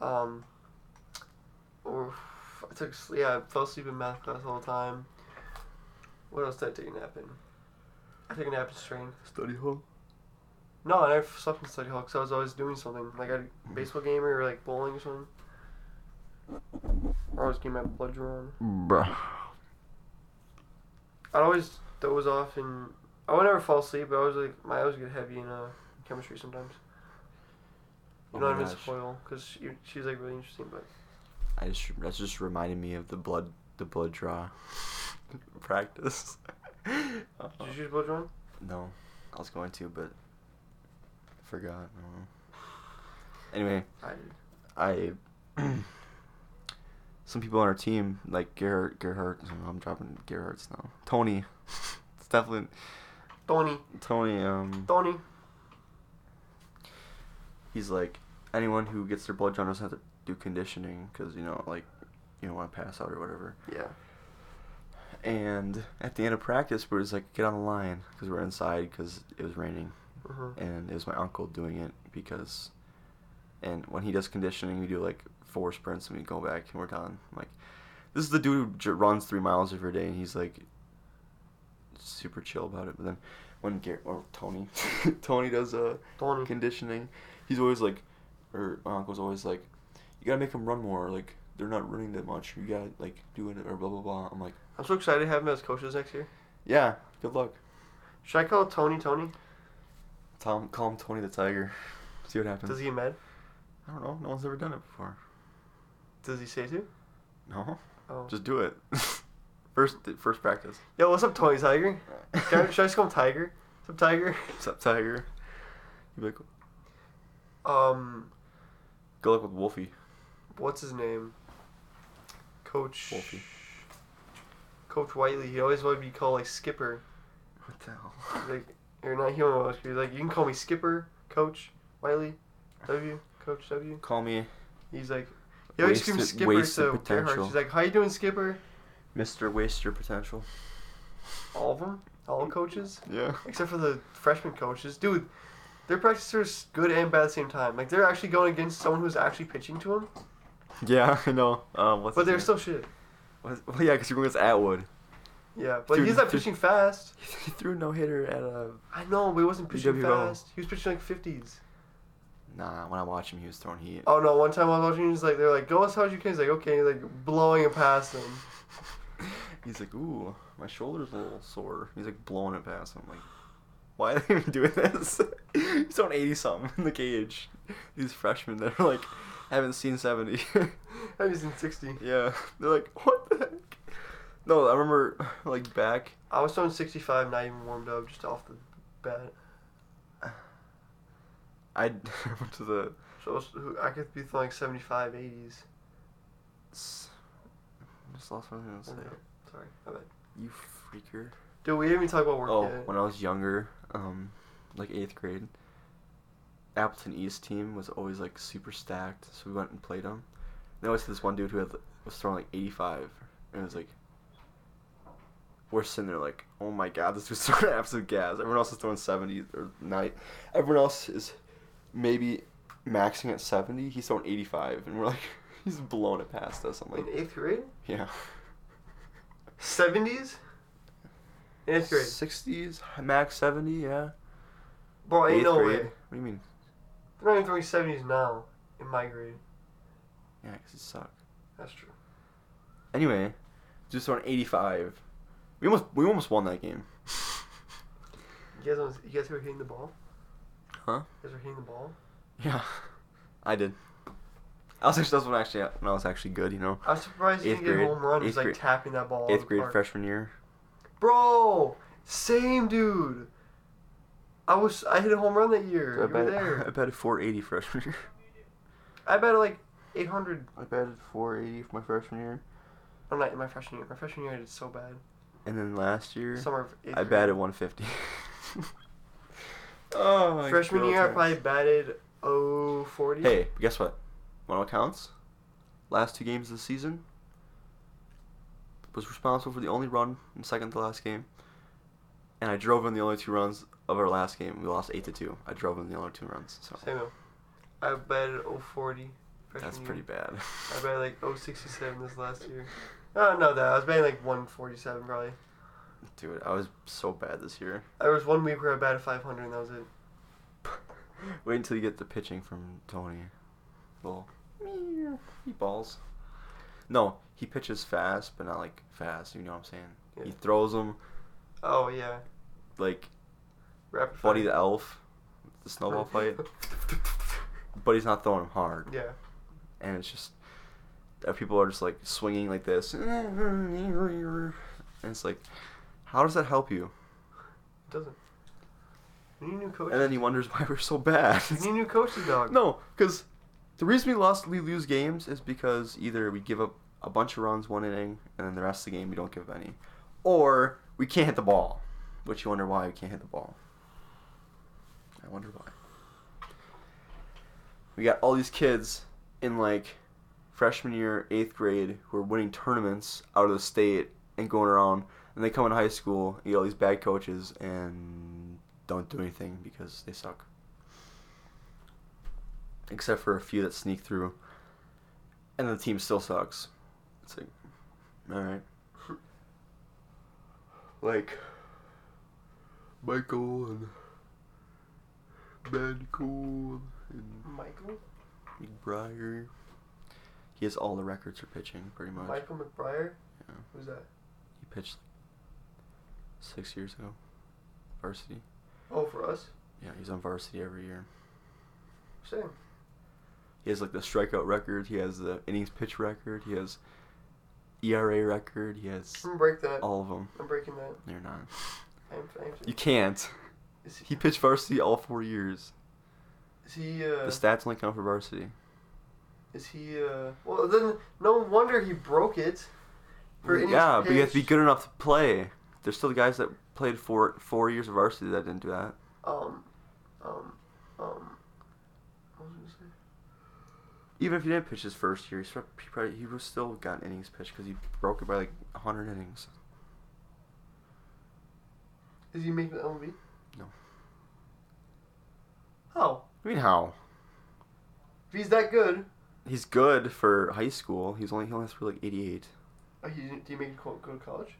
B: Um, or I took s- yeah, I fell asleep in math class all the time. What else did I take a nap in? I took a nap in strength.
A: Study hall.
B: No, I never slept in study hall because I was always doing something. Like I
A: Mm-hmm.
B: baseball game or like bowling or something. Or I was getting my blood drawn.
A: Bruh.
B: I'd always doze off and I would never fall asleep, but I was like my eyes would get heavy in uh, chemistry sometimes. You
A: Oh
B: know,
A: my
B: I miss
A: gosh.
B: Foyle because she, she's like really interesting, but
A: I just that's just reminded me of the blood the blood draw [LAUGHS] practice. Oh.
B: did you choose blood drawn?
A: no, I was going to, but forgot. I don't know. Anyway,
B: I did.
A: I [CLEARS THROAT] some people on our team like Gerhard Gerhard. I'm dropping Gerhard's now. Tony, [LAUGHS] it's definitely
B: Tony,
A: Tony. Um,
B: Tony.
A: he's like anyone who gets their blood drawn doesn't have to do conditioning because you know like you don't want to pass out or whatever.
B: Yeah.
A: And at the end of practice, we are just like get on the line because we're inside because it was raining
B: Mhm.
A: and it was my uncle doing it because and when he does conditioning we do like four sprints and we go back and we're done I'm like this is the dude who j- runs three miles every day and he's like super chill about it but then when Gar- or tony [LAUGHS] tony does uh
B: Tony.
A: conditioning he's always like or my uncle's always like you gotta make them run more like they're not running that much you gotta like do it or blah blah blah i'm like
B: I'm so excited to have him as coaches next year.
A: yeah good luck
B: Should I call Tony Tony?
A: tom call him tony the tiger see what happens
B: Does he get mad?
A: i don't know no one's ever done it before
B: Does he say to?
A: No,
B: Oh.
A: just do it. [LAUGHS] first, first practice.
B: Yo, what's up, Tony Tiger? Can I, should I just call him Tiger? What's up, Tiger? [LAUGHS]
A: What's up, Tiger? You like,
B: Um,
A: good luck with Wolfie.
B: what's his name? Coach.
A: Wolfie.
B: Coach Whiteley. He always wanted to be called like Skipper.
A: What the
B: He's
A: hell?
B: like you're not human most he's like you can call me skipper coach wiley w coach w
A: Call me
B: he's like he always
A: Wasted-
B: screams skipper
A: wasted
B: so Gerhard,
A: potential.
B: she's like how you doing skipper
A: Mr. Waste Your Potential.
B: all of them all coaches
A: Yeah.
B: except for the freshman coaches dude their practices are s- good and bad at the same time like they're actually going against someone who's actually pitching to them
A: [LAUGHS] Yeah, I know. Um, what's
B: but
A: his
B: they're
A: name?
B: still shit
A: What's- well, yeah, because you're going against [LAUGHS] Atwood.
B: yeah but
A: Dude,
B: he's not
A: dude.
B: pitching fast
A: he threw a no hitter at a.
B: i know but he wasn't pitching
A: PWO.
B: fast he was pitching like 50s
A: Nah, when I watched him, he was throwing heat.
B: Oh no! One time I was watching, he's like, they're like, "Go as hard as you can." He's like, "Okay," he's like blowing it past them.
A: He's like, ooh, my shoulder's a little sore. He's like blowing it past him. I'm like, why are they even doing this? [LAUGHS] He's on 80 something in the cage. These freshmen that are like, haven't seen 70.
B: [LAUGHS] I was in sixty.
A: [LAUGHS] yeah. They're like, what the heck? No, I remember like back.
B: I was throwing sixty-five, not even warmed up, just off the bat.
A: I [LAUGHS] went to the.
B: So I, was, I could be throwing like 75, 80s.
A: s- Just lost what I was gonna say.
B: Okay, Sorry, my bad.
A: You freaker.
B: Dude, we didn't even talk about work
A: Oh,
B: yet.
A: when I was younger, um, like eighth grade, Appleton East team was always like super stacked, so we went and played them. And I was this one dude who had was throwing like 85, and it was like, we're sitting there like, oh my god, this was [LAUGHS] throwing absolute gas. Everyone else is throwing 70 or night. Everyone else is maybe maxing at 70. He's throwing 85, and we're like, [LAUGHS] he's blowing it past us. I'm
B: In
A: like,
B: eighth grade,
A: yeah.
B: seventies. In eighth grade,
A: 60s, max 70, yeah.
B: bro, ain't
A: Eighth
B: no
A: grade.
B: way.
A: What do you mean?
B: They're not even throwing seventies now in my grade.
A: Yeah, 'cause it sucked.
B: That's true.
A: Anyway, just on 85. We almost we almost won that [LAUGHS] game.
B: You guys, don't- you guys were hitting the ball.
A: Huh?
B: You guys were hitting the ball.
A: Yeah, I did. I was actually, that's when actually when I was actually good, you know.
B: I was surprised you
A: Eighth
B: didn't get a
A: grade-
B: home run.
A: eighth
B: Just like
A: grade-
B: tapping that ball. out of
A: Eighth
B: the
A: grade
B: park.
A: freshman year.
B: Bro, same dude. I was I hit a home run that year.
A: I
B: you were
A: batted, [LAUGHS] I
B: there.
A: batted 480 freshman year.
B: I batted like 800.
A: [LAUGHS] I batted 480 for my freshman year,
B: I'm not in my freshman year. My freshman year I did so bad.
A: and then last year
B: Summer of eighth
A: I
B: grade.
A: batted [LAUGHS] 150. oh my
B: Freshman
A: God.
B: year I probably batted 040.
A: Hey, guess what? When all counts, last two games of the season was responsible for the only run in second to last game, and I drove in the only two runs of our last game. We lost eight to two. I drove in the only two runs, so
B: Samuel. I batted 040. Freshman
A: that's pretty
B: Year.
A: bad.
B: I batted like 067 this last year. Oh no, that I was batting like 147 probably.
A: [LAUGHS] Dude, I was so bad this year.
B: There was one week where I batted 500 and that was it.
A: Wait until you get the pitching from Tony. Little he balls. No, he pitches fast, but not like fast. You know what I'm saying? He
B: Yeah.
A: throws them
B: Oh yeah,
A: like
B: rapid.
A: Buddy
B: fire.
A: the Elf, the
B: [LAUGHS]
A: snowball fight. but he's not throwing him hard.
B: yeah.
A: And it's just uh, people are just like swinging like this, and it's like, how does that help you?
B: It doesn't. We need new coaches.
A: And then he wonders why we're so bad.
B: we need new coaches, dog.
A: no, because the reason we lost, we lose games is because either we give up a bunch of runs one inning, and then the rest of the game we don't give up any, or we can't hit the ball, which you wonder why we can't hit the ball. I wonder why. We got all these kids in like freshman year, eighth grade, who are winning tournaments out of the state and going around, and they come in high school, and you get all these bad coaches and don't do anything because they suck. Except for a few that sneak through, and the team still sucks. It's like, all right. Like Michael and Ben Cool and
B: Michael.
A: McBriar. He has all the records for pitching, pretty much.
B: Michael McBriar.
A: Yeah.
B: Who's that?
A: He pitched like six years ago, varsity.
B: Oh, for us.
A: Yeah, he's on varsity every year.
B: Same.
A: He has like the strikeout record. He has the innings pitch record. He has ERA record. He has
B: I'm gonna break that.
A: all of them.
B: I'm breaking that.
A: They're not.
B: I'm. I'm
A: You can't.
B: is he?
A: He pitched varsity all four years.
B: Is he? Uh,
A: The stats only count for varsity.
B: is he? Uh, well, then no wonder he broke it. For innings
A: yeah, but you have to be
B: pitched.
A: good enough to play. There's still guys that played four four years of varsity that didn't do that.
B: Um, um, um. What was I gonna say?
A: Even if he didn't pitch his first year, he, sort- he probably he was still got innings pitched because he broke it by like 100 innings.
B: Is he making the MLB?
A: No.
B: How?
A: I mean, how?
B: If Oh, he's that good,
A: He's good for high school. He's only he only threw like 88.
B: oh, he, didn't- do you make it go go to college?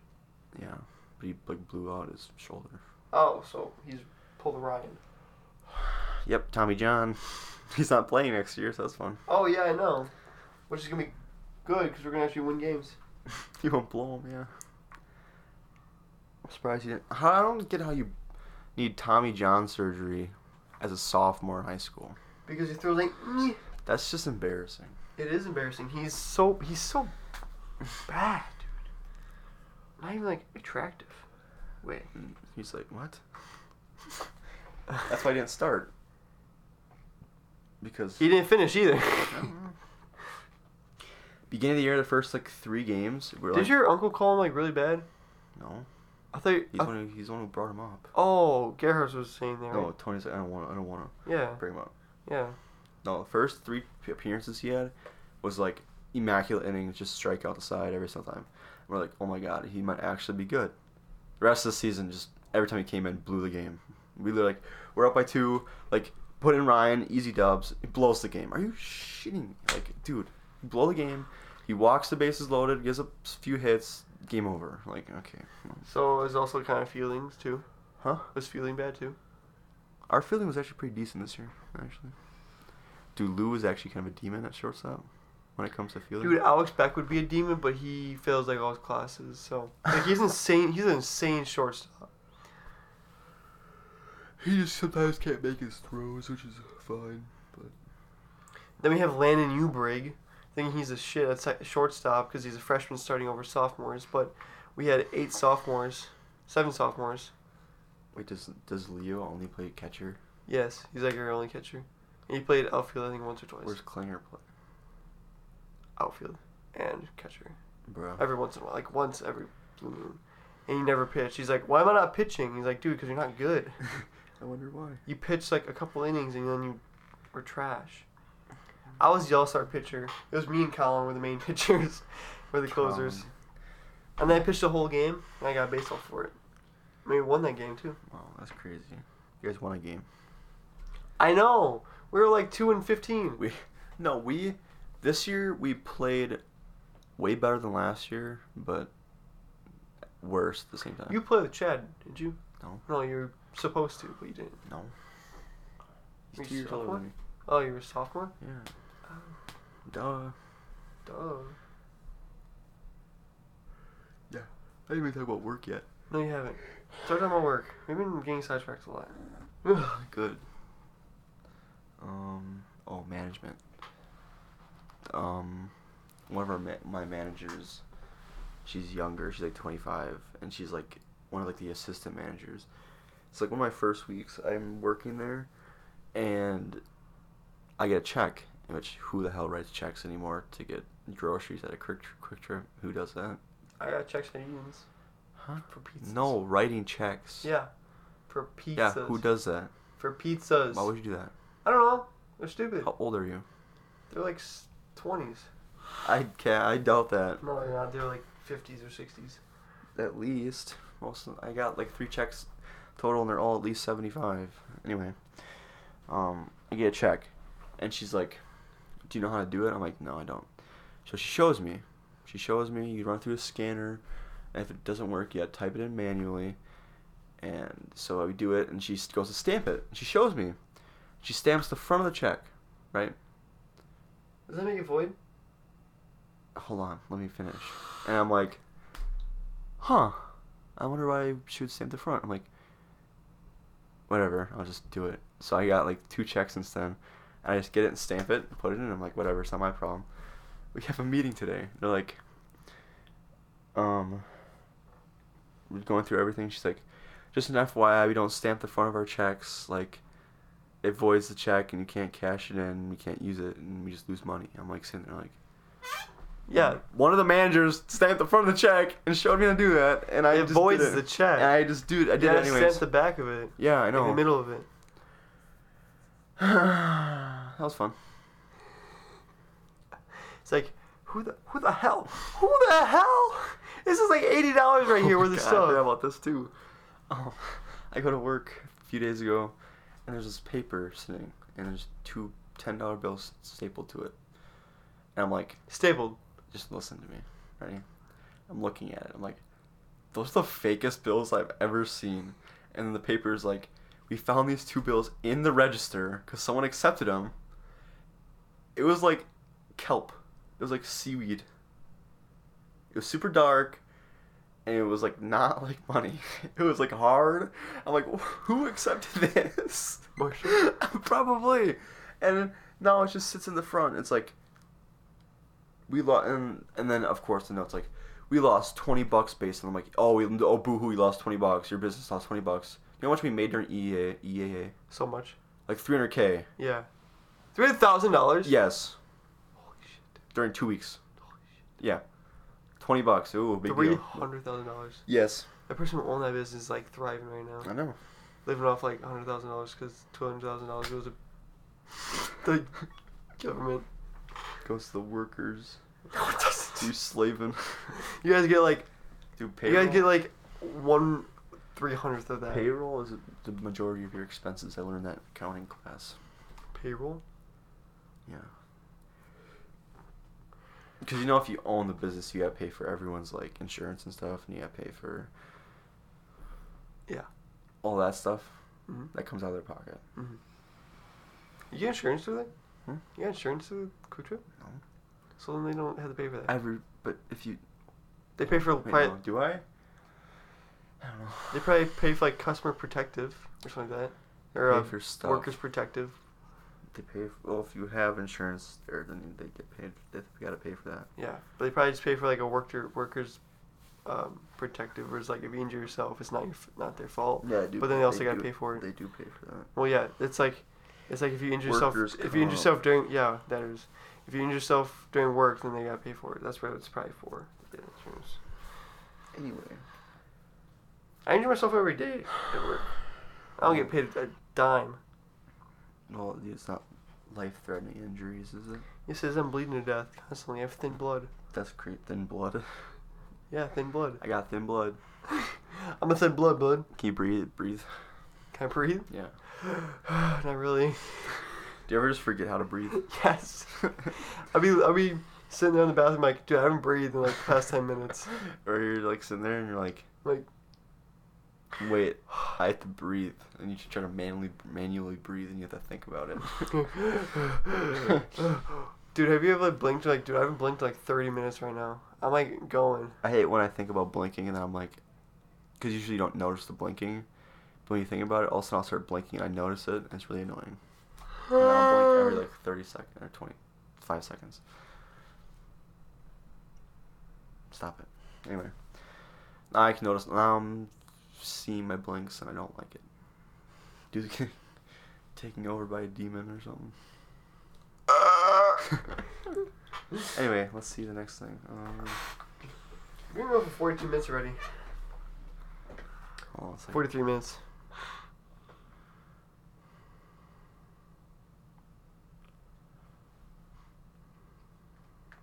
A: Yeah, but he like blew out his shoulder.
B: Oh, so he's pulled a Ryan.
A: Yep, Tommy John. [LAUGHS] He's not playing next year, so that's fun. [LAUGHS]
B: Oh yeah, I know. Which is gonna be good because we're gonna actually win games.
A: You won't blow him, yeah. I'm surprised you didn't. How, I don't get how you need Tommy John surgery as a sophomore in high school.
B: Because he throws like mm, "Nyeh."
A: That's just embarrassing.
B: it is embarrassing. He's so he's so bad, dude. Not even like attractive. Wait.
A: And he's like, what? That's why I didn't start. Because
B: He didn't finish either. [LAUGHS]
A: beginning of the year, the first like three games, we were
B: Did
A: like,
B: your uncle call him like really bad?
A: no,
B: I thought.
A: he's
B: I-
A: one. Who, he's the one who brought him up.
B: oh, Gerhard was saying there.
A: No, Tony's like, I don't want. I don't want to
B: Yeah.
A: bring him up.
B: Yeah.
A: No, the first three p- appearances he had was like immaculate innings, just strike out the side every single time. We're like, oh my god, he might actually be good. The rest of the season, just every time he came in, blew the game. We were like, we're up by two, like put in Ryan, easy dubs, it blows the game. Are you shitting? me? Like, dude, blow the game. He walks the bases loaded, gives up a few hits, game over. Like, okay,
B: So it was also kind of feelings too.
A: huh?
B: Was feeling bad too.
A: Our fielding was actually pretty decent this year, actually. Dude, Lou is actually kind of a demon at shortstop when it comes to fielding.
B: Dude, Alex Beck would be a demon, but he fails like all his classes. So like he's [LAUGHS] insane. He's an insane shortstop.
A: He just sometimes can't make his throws, which is fine.
B: Then we have Landon Ubrig. Thinking he's a shit at se- shortstop because he's a freshman starting over sophomores. But we had eight sophomores, seven sophomores.
A: Wait, does does Leo only play catcher?
B: Yes, he's like our only catcher. And he played outfield I think once or twice.
A: Where's Klinger play?
B: outfield and catcher
A: Bro. [LAUGHS]
B: every once in a while, like once every blue moon. And he never pitched. He's like, why am I not pitching? He's like, dude, because you're not good.
A: I wonder why.
B: You pitched like a couple innings and then you were trash. I was the all-star pitcher. It was me and Colin were the main [LAUGHS] pitchers, were the closers.
A: Colin.
B: And then I pitched the whole game, and I got a baseball for it. Maybe won that game too.
A: Wow, that's crazy. You guys won a game.
B: I know. We were like two and fifteen.
A: We no, we this year we played way better than last year, but worse at the same time.
B: You played with Chad, did you?
A: uh, No.
B: No, you were supposed to, but you didn't.
A: no.
B: Were
A: He's
B: you
A: two years older
B: sophomore?
A: than me.
B: Oh, you were a sophomore.
A: Yeah.
B: Oh.
A: Duh.
B: Duh.
A: I didn't even talk about work yet.
B: No, you haven't. Start talking about work. We've been getting sidetracked a
A: [LAUGHS]
B: lot.
A: Good. Um. Oh, management. Um, one of our ma- my managers, she's younger. She's like 25, and she's like one of like the assistant managers. It's like one of my first weeks. I'm working there, and I get a check. Which who the hell writes checks anymore to get groceries at a quick quick trip? Who does that?
B: I got checks at Eden's
A: Huh?
B: for pizzas.
A: No, writing checks.
B: Yeah. For pizzas.
A: Yeah. Who does that?
B: For pizzas.
A: Why would you do that?
B: I don't know. They're stupid.
A: How old are you?
B: They're like s- 20s.
A: I can't. I doubt that.
B: No, they're not. They're like 50s or 60s.
A: at least. Most of, I got like three checks total, and they're all at least seventy five. Anyway, um, I get a check, and she's like, "Do you know how to do it?" I'm like, "No, I don't." So she shows me. She shows me. You run through a scanner, and if it doesn't work yet, type it in manually. And so I do it, and she goes to stamp it. She shows me. She stamps the front of the check, right?
B: Does that make it void?
A: hold on, let me finish. And I'm like, huh, I wonder why she would stamp the front. I'm like, whatever, I'll just do it. So I got like two checks instead. And I just get it and stamp it, and put it in. I'm like, whatever, it's not my problem. We have a meeting today. They're like, um, we're going through everything. She's like, just an FYI, we don't stamp the front of our checks. Like, it voids the check, and you can't cash it in, you can't use it, and we just lose money. I'm like sitting there like.
B: Yeah.
A: One of the managers stamped the front of the check and showed me how to do that, and I
B: it
A: just
B: voids
A: did it.
B: the check.
A: And I just dude, I did
B: yeah,
A: it anyways.
B: stamp the back of it.
A: yeah, I
B: Like
A: know.
B: the middle of it.
A: [SIGHS] that was fun.
B: It's like, who the who the hell? Who the hell? [LAUGHS] This is like eighty dollars right
A: [LAUGHS]
B: here
A: Oh my
B: worth of
A: God, I forgot
B: stuff.
A: about this too. Oh, [LAUGHS] I go to work a few days ago, and there's this paper sitting, and there's two ten dollar bills stapled to it, and I'm like,
B: Stapled.
A: just listen to me, ready? I'm looking at it. I'm like, those are the fakest bills I've ever seen. And the paper's like, we found these two bills in the register because someone accepted them. It was like kelp. It was like seaweed. It was super dark, and it was like not like money. [LAUGHS] It was like hard. I'm like, [LAUGHS] who accepted this?
B: Marshall.
A: [LAUGHS] Probably. And now it just sits in the front. It's like we lost, and, and then of course the note's like we lost twenty bucks based on. I'm like, oh, we, oh, boohoo, we lost twenty bucks. Your business lost twenty bucks. You know how much we made during EAA? EAA?
B: So much.
A: Like three hundred k.
B: Yeah. Three hundred thousand dollars.
A: Yes,
B: Holy shit.
A: during two weeks.
B: Holy shit.
A: Yeah, twenty bucks. Ooh, big
B: Three
A: deal.
B: hundred thousand dollars.
A: Yes,
B: The person who owned that business is like thriving right now.
A: I know.
B: living off like hundred thousand dollars because two hundred thousand dollars goes to the [LAUGHS] government.
A: Goes to the workers.
B: No, it doesn't.
A: Do [LAUGHS] slaving.
B: You guys get like
A: Do
B: you
A: payroll.
B: guys get like one three hundredth of that
A: payroll is the majority of your expenses. I learned that in accounting class.
B: payroll.
A: Yeah. Because you know, if you own the business, you gotta pay for everyone's like insurance and stuff, and you gotta pay for
B: Yeah.
A: all that stuff
B: hmm
A: that comes out of their pocket.
B: hmm You get insurance through that?
A: Hmm?
B: You got insurance through Quick Trip?
A: No.
B: So then they don't have to pay for that.
A: Every but if you
B: they pay for
A: wait,
B: pri-
A: no, do I? I don't know.
B: they probably pay for like customer protective or something like that, or
A: Pay
B: uh,
A: for stuff.
B: workers protective.
A: They pay. For, well, if you have insurance there, then they get paid. They gotta pay for that.
B: Yeah, but they probably just pay for like a worker workers um, protective, where it's like if you injure yourself, it's not your, f- not their fault.
A: Yeah, I do.
B: But then they also gotta
A: do-
B: pay for it.
A: They do pay for that.
B: Well, yeah, it's like it's like if you injure yourself,
A: Workers'
B: if you injure
A: comp.
B: yourself during yeah, that is, if you injure yourself during work, then they gotta pay for it. That's what it's probably for. the insurance.
A: Anyway.
B: I injure myself every day at work. I don't get paid a dime.
A: Well, it's not life-threatening injuries, is it?
B: He says I'm bleeding to death constantly. I have thin blood.
A: That's cre- thin blood.
B: Yeah, thin blood.
A: I got thin blood.
B: I'm a thin blood, bud.
A: Can you breathe? Breathe.
B: Can I breathe? [SIGHS]
A: Yeah.
B: Not really. [LAUGHS]
A: Do you ever just forget how to breathe? [LAUGHS]
B: Yes. I'll be I'll be sitting there in the bathroom like, dude, I haven't breathed in like the past ten minutes.
A: [LAUGHS] or you're like sitting there and you're like,
B: Like,
A: wait, I have to breathe, and you should try to manually manually breathe, and you have to think about
B: [LAUGHS]
A: it.
B: dude, have you ever like blinked? Like, dude, I haven't blinked in, like thirty minutes right now. I'm like going.
A: I hate when I think about blinking, and I'm like, because usually you don't notice the blinking, but when you think about it, all of a sudden I'll start blinking, and I notice it, and it's really annoying. And I'll blink every like 30 seconds or 25 seconds. Stop it. Anyway, now I can notice. Now I'm seeing my blinks, and I don't like it. [LAUGHS] Dude, getting [LAUGHS] taken over by a demon or something. [LAUGHS] Anyway, let's see the next thing. Um,
B: We've been going for forty-two minutes already.
A: hold on a second.
B: Forty-three minutes.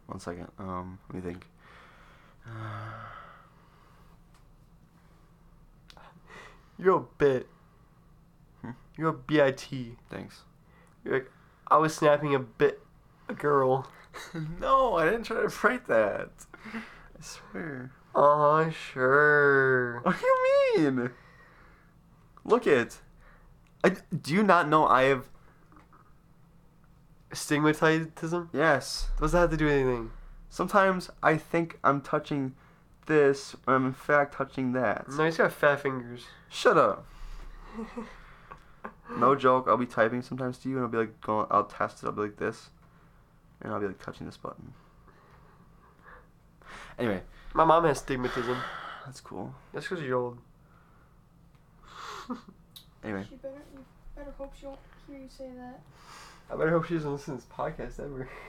A: One second. Um, let me think. [SIGHS]
B: You're a bit.
A: Hmm?
B: You're a bit.
A: Thanks.
B: You're like, I was snapping a bit. A girl.
A: [LAUGHS] no, I didn't try to write that. I swear.
B: Oh sure.
A: What do you mean? Look it. I, do you not know I have?
B: Stigmatism.
A: Yes.
B: Does that have to do with anything?
A: Sometimes I think I'm touching this when I'm in fact touching that.
B: No, he's got fat fingers.
A: Shut up. No joke. I'll be typing sometimes to you, and I'll be like, going, I'll test it. I'll be like this, and I'll be like touching this button. Anyway,
B: My mom has stigmatism.
A: that's cool.
B: That's because you're old.
A: Anyway,
C: [LAUGHS] She better, you better hope she won't hear you say that.
B: I better hope she doesn't listen to this podcast ever. [LAUGHS]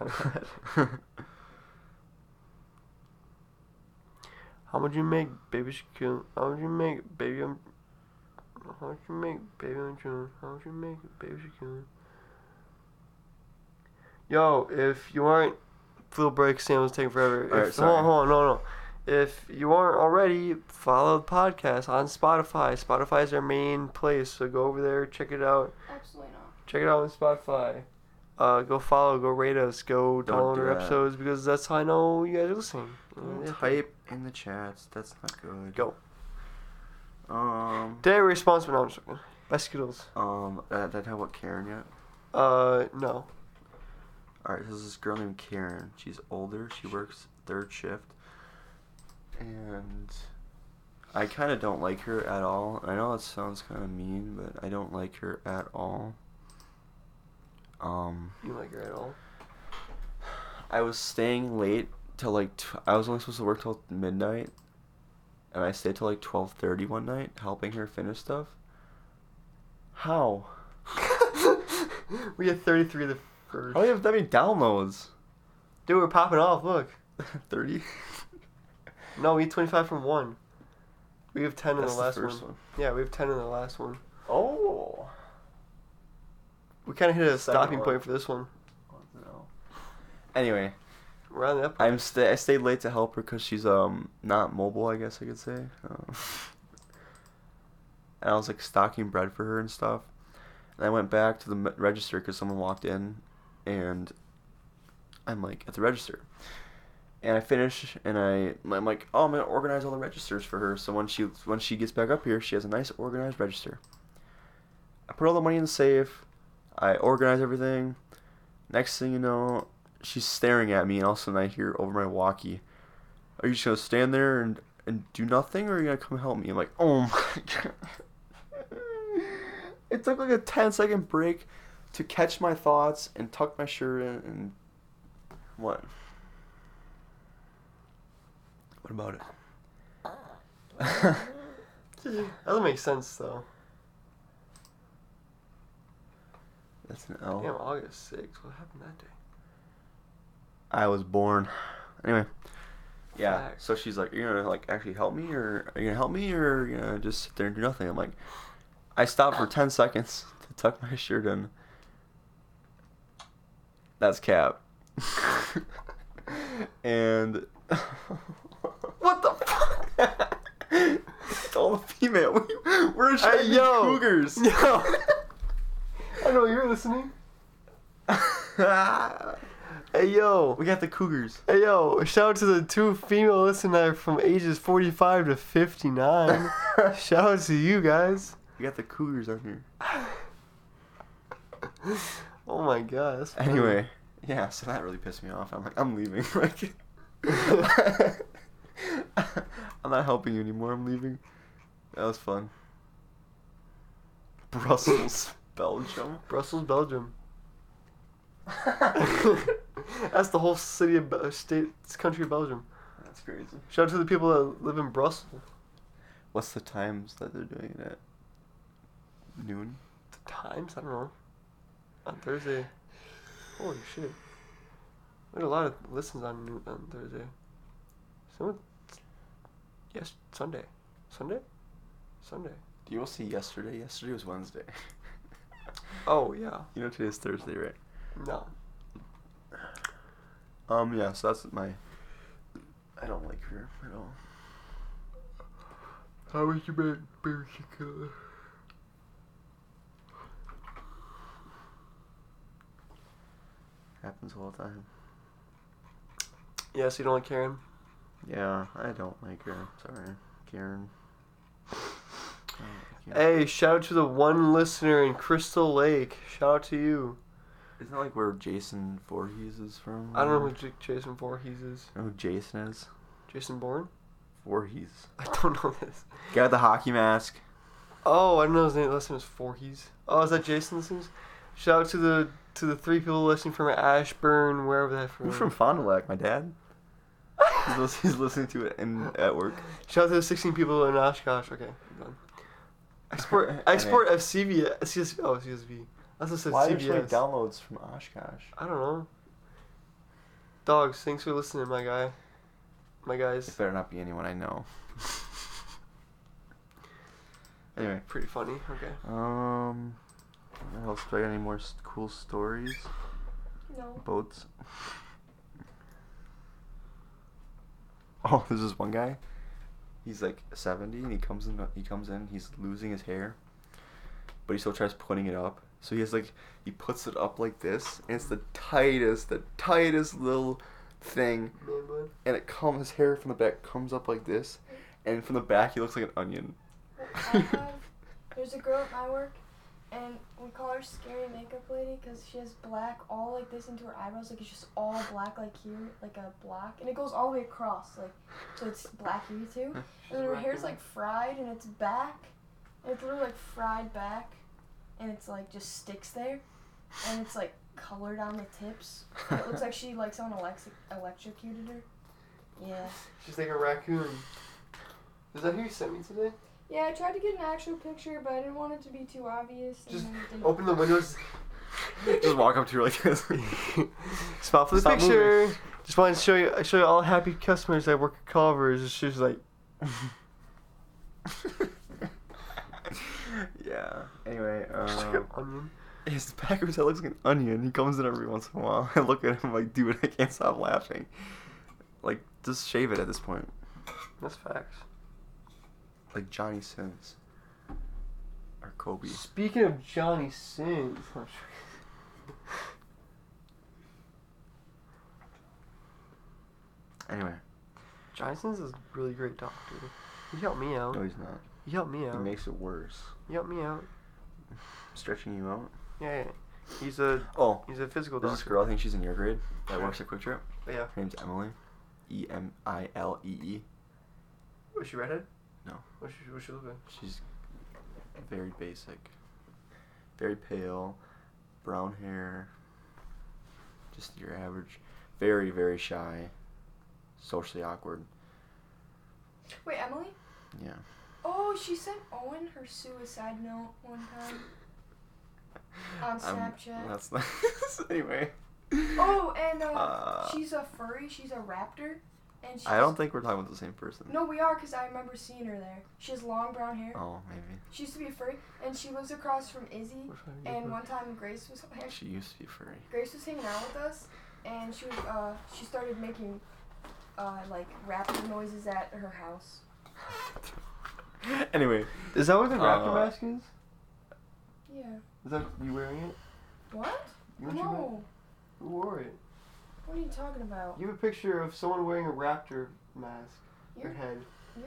C: Uh,
B: Kind of bad. How would you make baby Shaquille? How would you make baby? Um, how would you make baby on June? How would you make baby Shaquille? Yo, if you aren't, little break. Sam was taking forever.
A: All right,
B: if,
A: sorry.
B: Hold on, hold on, no, no. If you aren't already, follow the podcast on Spotify. Spotify is our main place, so go over there, check it out.
C: absolutely not.
B: Check it out on Spotify. Uh, go follow, go rate us, go
A: Don't
B: download
A: do
B: our
A: that.
B: episodes because that's how I know you guys are listening.
A: Don't type in the chats. That's not good.
B: Go.
A: Um,
B: Dairy response, but no, I'm just joking. By Skittles.
A: um, uh, did I talk about Karen yet?
B: Uh, no.
A: All right, this is this girl named Karen. She's older. She works third shift, and I kind of don't like her at all. I know it sounds kind of mean, but I don't like her at all. Um,
B: You like her at all? [LAUGHS]
A: I was staying late till like t- I was only supposed to work till midnight, and I stayed till like twelve thirty one night, helping her finish stuff. How?
B: we had 33 the first.
A: How do you have that many downloads? [LAUGHS]
B: Dude, we're popping off. Look.
A: Thirty.
B: No, we had 25 from one. We have 10 in
A: That's
B: the
A: the
B: last
A: first
B: one.
A: one.
B: Yeah, we have 10 in the last one.
A: Oh.
B: We kind of hit a
A: Second
B: stopping
A: one.
B: point for this one. Oh,
A: Anyway,
B: We're on that.
A: I'm stay. I stayed late to help her because she's um not mobile. I guess I could say. Um, [LAUGHS] and I was like stocking bread for her and stuff. And I went back to the m- register because someone walked in, and I'm like at the register, and I finish and I I'm like oh I'm gonna organize all the registers for her. So when she when she gets back up here, she has a nice organized register. I put all the money in the safe. I organize everything. Next thing you know, she's staring at me, and all of a sudden I hear over my walkie, "Are you just gonna stand there and and do nothing, or are you gonna come help me?" I'm like, "Oh my [LAUGHS] god!" it took like a 10 second break to catch my thoughts and tuck my shirt in and what? What about it?
B: That doesn't make sense, though.
A: [LAUGHS] That's an L.
B: Damn, August 6th. What happened that day?
A: I was born. Anyway. Yeah.
B: Facts.
A: So she's like, You're gonna like actually help me or are you gonna help me or are you gonna just sit there and do nothing? I'm like I stopped for ten seconds [LAUGHS] to tuck my shirt in. That's cap. [LAUGHS] and [LAUGHS]
B: What the fuck?
A: it's [LAUGHS] all female. [LAUGHS] We, we're a
B: Hey, yo. [LAUGHS]
A: cougars.
B: Yo. I know you're listening. Hey, yo.
A: [LAUGHS] we got the cougars.
B: Hey yo, shout out to the two female listeners from ages 45 to
A: [LAUGHS]
B: 59. shout out to you guys.
A: We got the cougars on here.
B: Oh my god. That's funny.
A: Anyway, yeah, so that really pissed me off. I'm like, I'm leaving. [LAUGHS] Like, I'm not helping you anymore. I'm leaving. That was fun. [LAUGHS] Brussels, [LAUGHS] Belgium.
B: Brussels, Belgium. [LAUGHS] That's the whole city of Bel- state, it's country of Belgium.
A: That's crazy.
B: Shout out to the people that live in Brussels.
A: What's the times that they're doing it at? Noon.
B: The Times, I don't know. On Thursday. Holy shit. We had a lot of listens on new- on Thursday. Someone, yes, Sunday, Sunday, Sunday.
A: Do you all see yesterday? Yesterday was Wednesday. [LAUGHS]
B: Oh yeah.
A: You know today's Thursday, right?
B: No.
A: Um, yeah, so that's my. I don't like her at all.
B: How was your baby, baby chicken?
A: Happens all the time.
B: Yeah, so you don't like Karen?
A: Yeah, I don't like her. Sorry, Karen.
B: Hey, shout out to the one listener in Crystal Lake. Shout out to you.
A: Isn't that like where Jason Voorhees is from?
B: I don't know who J- Jason Voorhees is.
A: I know who Jason is.
B: Jason Bourne? [LAUGHS]
A: Voorhees.
B: I don't know this.
A: Guy with the hockey mask.
B: Oh, I don't know his name. Last name is Voorhees. Oh, is that Jason? Listens. Shout out to the to the three people listening from Ashburn, wherever that from.
A: Who's
B: [LAUGHS]
A: from Fond du Lac? My dad. He's, lis- he's listening to it in, at work.
B: Shout out to the 16 people in Oshkosh. Okay,
A: [LAUGHS]
B: I'm done. Export Export FCV. CS, oh, CSV. I also said
A: Why are there
B: CBS.
A: downloads from Oshkosh?
B: I don't know. Dogs, thanks for listening, my guy. My
A: It
B: guys.
A: better not be anyone I know. [LAUGHS] anyway,
B: Pretty funny. Okay.
A: um, what else? Do I got any more s- cool stories?
C: No.
A: boats. [LAUGHS] Oh, there's this one guy. He's like 70, and he comes in. He comes in. He's losing his hair, but he still tries putting it up. So he has like he puts it up like this, and it's the tightest, the tightest little thing,
B: Man bun.
A: and it comes. His hair from the back comes up like this, and from the back he looks like an onion.
C: I have. There's a girl at my work, and we call her Scary Makeup Lady because she has black all like this into her eyebrows. Like it's just all black, like here, like a block, and it goes all the way across, like so it's black here too. And then her Uh, hair's like fried, and it's back, and it's literally like fried back, and it's like just sticks there, and it's like colored on the tips.
A: [LAUGHS]
C: It looks like she like someone elexi- electrocuted her. Yeah.
B: She's like a raccoon. Is that who you sent me today?
C: Yeah, I tried to get an actual picture, but I didn't want it to be too obvious.
B: Just
C: and then it didn't
B: Open the windows.
A: [LAUGHS] Just walk
B: [LAUGHS]
A: up to her like
C: [LAUGHS]
A: this.
B: Smile for the
A: Stop
B: picture.
A: moving.
B: Just wanted to show you. I show you all happy customers that work at Culver's. She's like,
A: yeah. Anyway,
B: she's like an
A: um,
B: onion.
A: his [LAUGHS] back of his head looks like an onion. He comes in every once in a while. [LAUGHS] I look at him like, dude, I can't stop laughing. Like, just shave it at this point.
B: That's facts.
A: Like Johnny Sins. Or Kobe.
B: Speaking of Johnny Sins, [LAUGHS]
A: Anyway,
B: Johnny Sins is a really great doctor. He helped me
A: no,
B: out.
A: he's not.
B: He helped me
A: He
B: out.
A: makes it worse.
B: He helped me out.
A: Stretching you out.
B: Yeah, yeah. he's a
A: Oh,
B: he's a physical
A: there's this
B: doctor.
A: girl. I think she's in your grade that works at Quick Trip.
B: Yeah.
A: Her name's Emily. E M I L E E.
B: Was she redhead?
A: No.
B: Was she? Was she looking?
A: She's very basic, very pale, brown hair, just your average, very, very shy, socially awkward.
C: Wait, Emily?
A: Yeah.
C: Oh, she sent Owen her suicide note one time on
A: Um,
C: Snapchat.
A: that's [LAUGHS] not. anyway.
C: oh, and uh,
A: Uh,
C: she's a furry. She's a raptor, and she's,
A: I don't think we're talking about the same person.
C: No, we are, cause I remember seeing her there. She has long brown hair.
A: Oh, maybe.
C: She used to be a furry, and she lives across from Izzy.
B: Which one are you
C: And
B: looking
C: one time, Grace was [LAUGHS]
A: She used to be furry.
C: Grace was hanging out with us, and she was uh, she started making uh, like raptor noises at her house.
A: anyway,
B: for? Is that what the raptor
A: Uh,
B: mask is?
C: Yeah.
B: Is that you wearing it?
C: What?
B: You want your ma-
C: No.
B: Who wore it?
C: What are you talking about?
B: You have a picture of someone wearing a raptor mask. Your
C: You're
B: head.
C: you're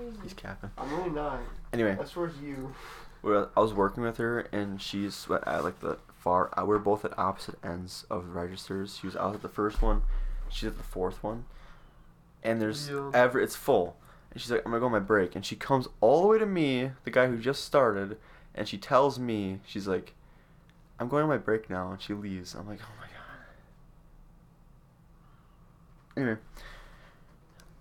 A: he's
C: [LAUGHS] crazy.
A: capping.
B: I'm really not.
A: Anyway,
B: That's towards you.
A: Well, I was working with her, and she's at like the far. uh, We're both at opposite ends of the registers. She was out at the first one, she's at the fourth one, and there's
B: Yeah.
A: ever it's full. And she's like, "I'm gonna go on my break," and she comes all the way to me, the guy who just started, and she tells me, "She's like, I'm going on my break now," and she leaves. I'm like, "Oh my god." Anyway,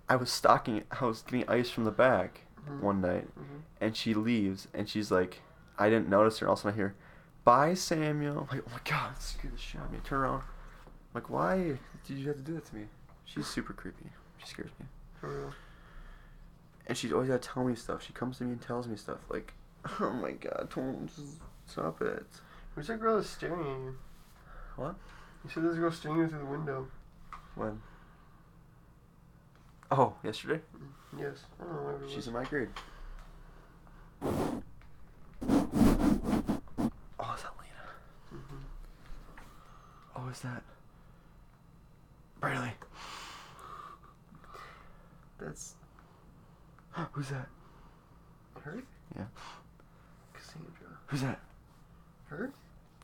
A: I was stocking. I was getting ice from the back one night
B: Mhm.
A: and she leaves and she's like i didn't notice her and all of a sudden i hear bye samuel I'm like oh my god screw the shit out of me turn around I'm like why did you have to do that to me she's super creepy she scares me
B: For real.
A: and she's always gotta tell me stuff she comes to me and tells me stuff like [LAUGHS] oh my god don't just stop it
B: Who's that girl that's staring at you?
A: What?
B: You said there's a girl staring at you through the window.
A: when oh yesterday
B: Yes. I don't know where it
A: she's
B: was.
A: in my grade oh is that lena Mm-hmm.
B: Mhm.
A: oh is that bradley [GASPS]
B: That's
A: who's that
B: her?
A: Yeah.
B: Cassandra.
A: who's that
B: Her?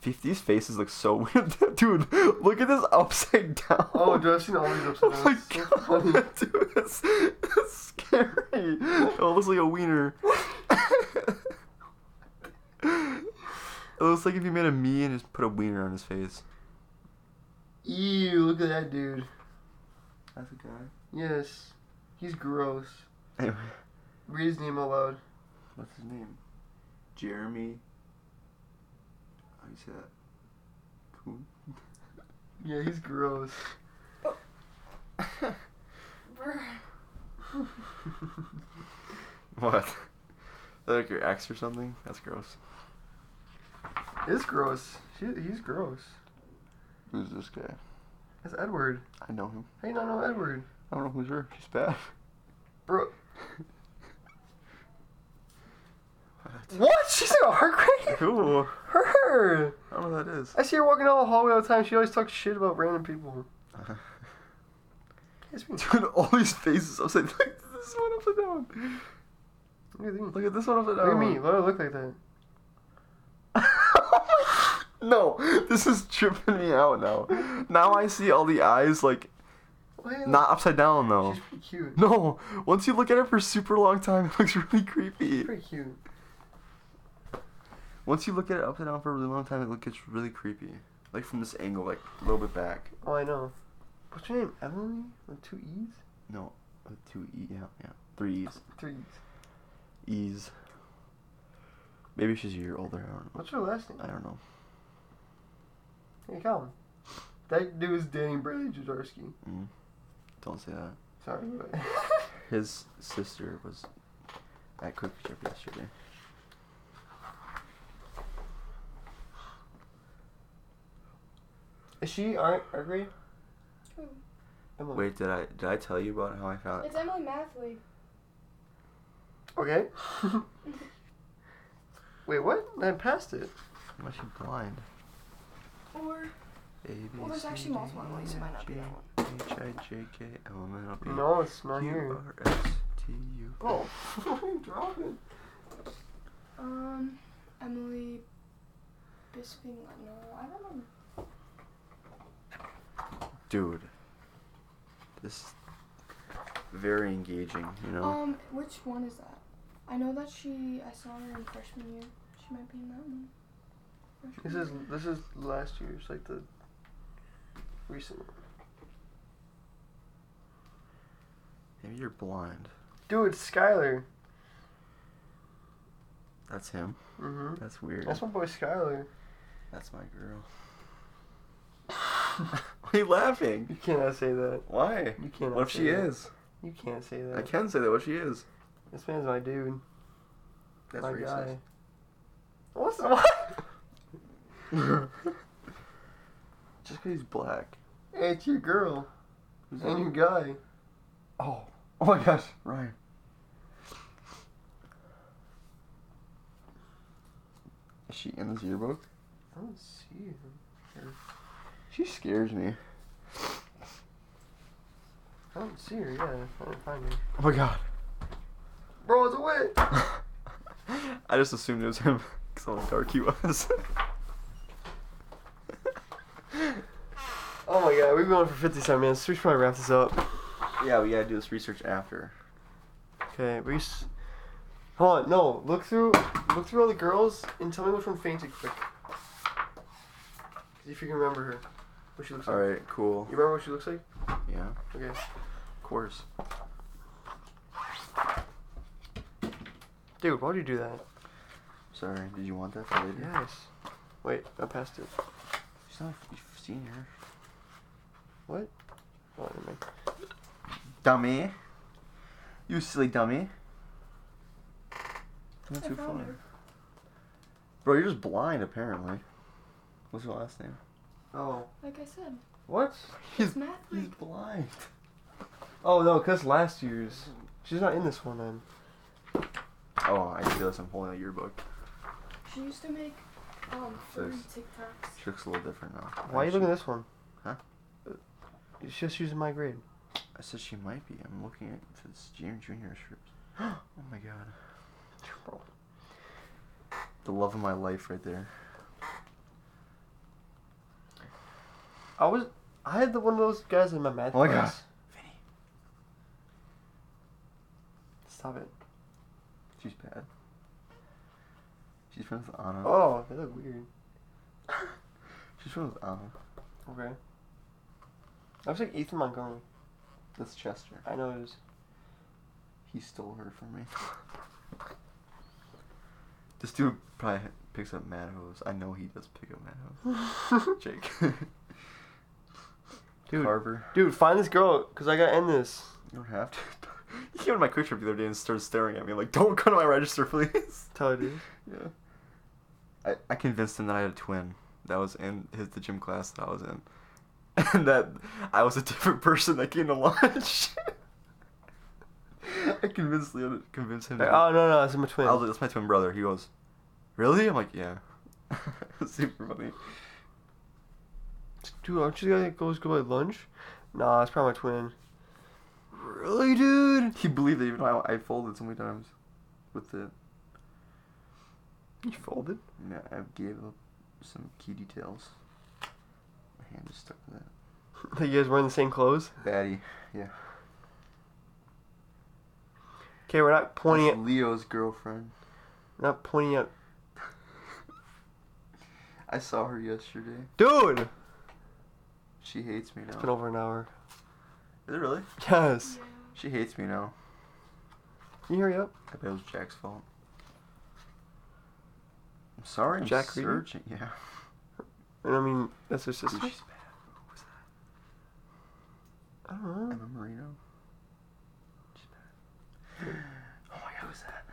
A: 50's faces look so weird. [LAUGHS] dude, look at this upside down.
B: Oh, dude, I've seen all these
A: Oh
B: upside
A: my
B: downs. So funny.
A: god, [LAUGHS] dude, it's, it's scary. It looks like a wiener. [LAUGHS] it looks like if you made a me and just put a wiener on his face.
B: Ew, look at that dude.
A: That's a guy.
B: Yes. He's gross.
A: Anyway,
B: Read his name aloud.
A: what's his name? Jeremy. How do you say that? Coon?
B: Yeah, he's gross.
C: Brr.
A: [LAUGHS] What? Is that like your ex or something? That's gross.
B: It's gross. She, he's gross.
A: Who's this guy?
B: That's Edward.
A: I know him.
B: How you not know Edward?
A: I don't know who's her. She's bad.
B: Bro. What? She's in our grade?
A: [LAUGHS] Who?
B: Her!
A: I don't know who that [LAUGHS] is.
B: I see her walking down the hallway all the time. She always talks shit about random people. It's me.
A: [LAUGHS] Dude, all these faces upside down. This one upside down.
B: Look at me.
A: Look at this one. Look
B: Look at me. Why do I look like that?
A: [LAUGHS] no, this is tripping me out now. Now I see all the eyes like
B: Why- uh,
A: not upside down though.
B: She's pretty cute.
A: No, once you look at it for a super long time, it looks [LAUGHS] really
B: She's
A: creepy.
B: pretty cute.
A: Once you look at it upside down for a really long time, it look- gets really creepy. Like from this angle, like a little bit back.
B: Oh, I know. What's your name? Emily? With two E's?
A: No, with two e, yeah, yeah, three e's,
B: Three E's.
A: e's. Maybe she's a year older. I don't know.
B: What's your last name?
A: I don't know.
B: Hey, Colin. That dude is Danny Bradley Jadarski.
A: Mm. Don't say that.
B: Sorry. but- [LAUGHS]
A: His sister was at Cookie Chip yesterday.
B: is she our, our grade?
C: Who?
B: Emily.
A: Wait, did I did I tell you about how I found?
C: It's Emily Mathley.
B: Okay. Wait, what? I passed it.
A: I'm actually blind.
C: Or
A: A, B,
C: Well, there's
A: C,
C: actually
A: D,
C: multiple
A: E,
C: Emily's, it
A: F,
C: might not be
A: G,
C: that one.
A: H, I, J, K, L, M, N, O, P,
B: No, it's not
A: Q, [LAUGHS]
B: here.
A: R, S, T, U.
B: Oh, drop it.
C: um Emily Bisping. No, I don't know.
A: Dude, this is very engaging. You know,
C: Um, which one is that? I know that she. I saw her in freshman year. She might be in that one. Freshman
B: This is
C: year.
B: this is last year's, like the recent one.
A: maybe you're blind.
B: Dude, it's Skylar.
A: That's him.
B: Mm-hmm.
A: That's weird.
B: That's my boy Skylar.
A: That's my girl. [LAUGHS] Why are you laughing?
B: You cannot say that.
A: Why?
B: You cannot.
A: What if
B: say
A: she
B: that.
A: is?
B: You can't say that.
A: I can say that. What if she is?
B: This man's my dude.
A: That's
B: my
A: racist.
B: guy. What's [LAUGHS] what?
A: [LAUGHS] Just because he's black.
B: Hey, it's your girl and your guy.
A: Oh. Oh my gosh, Ryan. Is she in this yearbook?
B: I don't see him.
A: She scares me.
B: I don't see her. Yeah, I didn't find her.
A: Oh my god.
B: Bro, it's a wit.
A: [LAUGHS] I just assumed it was him because how dark he was. [LAUGHS]
B: Oh my god, we've been on for 57 minutes. We should probably wrap this up.
A: yeah, we gotta do this research after.
B: Okay, we. S- Hold on, no. Look through, look through all the girls and tell me which one fainted quick. 'Cause if you can remember her, what she looks like.
A: Alright, cool.
B: You remember what she looks like?
A: Yeah,
B: Okay.
A: of course.
B: Dude, why'd you do that?
A: Sorry, did you want that for later?
B: Yes. Wait, I passed it.
A: She's not a f- senior.
B: Oh, never mind.
A: Dummy. You silly dummy. Not
C: I
A: too
C: found
A: funny.
C: her.
A: Bro, you're just blind apparently. What's your last name?
B: Oh.
C: Like I said,
B: What?
C: it's Mathley.
A: He's blind.
B: Oh no, cause last year's. She's not in this one then.
A: Oh, I just realized I'm holding a yearbook.
C: She used to make um furry
A: There's-
C: TikToks.
A: She looks a little different now.
B: Why are you
A: Actually,
B: looking at this one?
A: Huh?
B: Uh, It's just using my grade.
A: I said she might be. I'm looking at this junior junior shirt. [GASPS] oh my god. The love of my life right there.
B: I was. I had the one of those guys in my math
A: Oh my
B: class.
A: God. Vinny.
B: Stop it.
A: She's bad. She's friends with Anna.
B: Oh, they look weird.
A: She's friends with Anna.
B: Okay. I was like Ethan Montgomery.
A: That's Chester.
B: I know it is.
A: He stole her from me. this dude probably picks up mad hoes. I know he does pick up mad hoes. [LAUGHS] Jake.
B: Dude.
A: Carver.
B: Dude, find this girl, cause I gotta end this.
A: You don't have to. [LAUGHS] he came to my quick trip the other day and started staring at me like, don't go to my register, [LAUGHS] please.
B: Tell her, dude.
A: Yeah. I, I convinced him that I had a twin that was in his the gym class that I was in. [LAUGHS] And that I was a different person that came to [LAUGHS] lunch. I convinced Leo convinced him
B: Like,
A: that
B: oh no no, it's my twin.
A: I was like, that's my twin brother. He goes, Really? I'm like, Yeah. [LAUGHS] It's Super funny.
B: Dude, aren't you the guy that goes go by lunch? Nah, it's probably my twin. [LAUGHS]
A: Really, dude? He believed it even though I, I folded so many times. It with it.
B: You folded?
A: Yeah, I gave up some key details. My hand is stuck to that.
B: Like you guys wearing the same clothes?
A: Batty, yeah.
B: Okay, we're not pointing
A: That's
B: at
A: Leo's girlfriend.
B: not pointing at
A: I saw her yesterday.
B: Dude!
A: She hates me now.
B: It's been over an hour.
A: Is it really?
B: Yes.
A: She hates me now.
B: Can you hurry up?
A: I bet it was Jack's fault. I'm sorry. I'm
B: Jack Reed?
A: searching. Yeah.
B: And I mean that's her
A: Dude,
B: sister.
A: she's bad. Who's that?
B: I don't know.
A: Emma Marino. She's bad. Oh my God, who's that?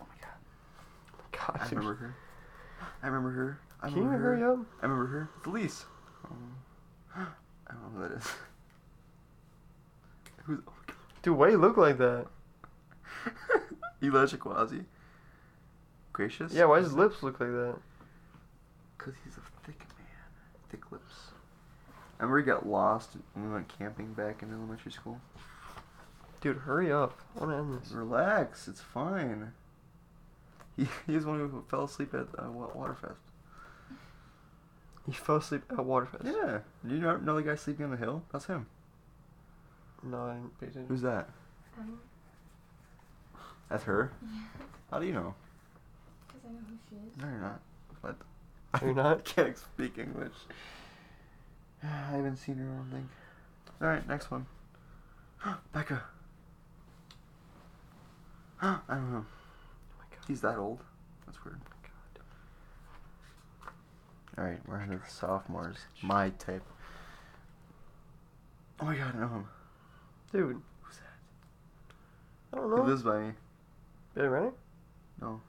A: Oh my God.
B: God,
A: I
B: dude.
A: remember her. I remember her. I
B: Can you
A: remember
B: hurry
A: her.
B: up?
A: I remember her. It's Elise. Um, I don't know who that is. [LAUGHS] Who's [LAUGHS] oh my
B: Dude, why do you look like that?
A: God. Elijah Quasi? Gracious?
B: Yeah, why does his lips look like that?
A: Because he's a thick man. Thick lips. I remember he got lost when we went camping back in elementary school.
B: Dude, hurry up. I wanna end this.
A: Relax, it's fine. He, [LAUGHS] he was one who fell asleep at uh, Wa- Waterfest.
B: You fell asleep at Waterfest.
A: Yeah. Did you know, know the guy sleeping on the hill? That's him.
B: No, I didn't pay attention.
A: Who's that?
C: Um,
A: That's her?
C: yeah, [LAUGHS]
A: How do you know?
C: because I know who she is.
A: No, you're not. But
B: You're not?
A: [LAUGHS] I can't speak English. [SIGHS] I haven't seen her. I don't think. All right, next one. [GASPS] Becca. [GASPS] I don't know.
B: Oh my god. Oh
A: He's that old. That's weird.
B: God.
A: All right, we're into the sophomores. My type. Oh my god, I know him.
B: Dude,
A: Who's that?
B: I don't
A: He
B: know.
A: lives by me.
B: Billy Renner?
A: No.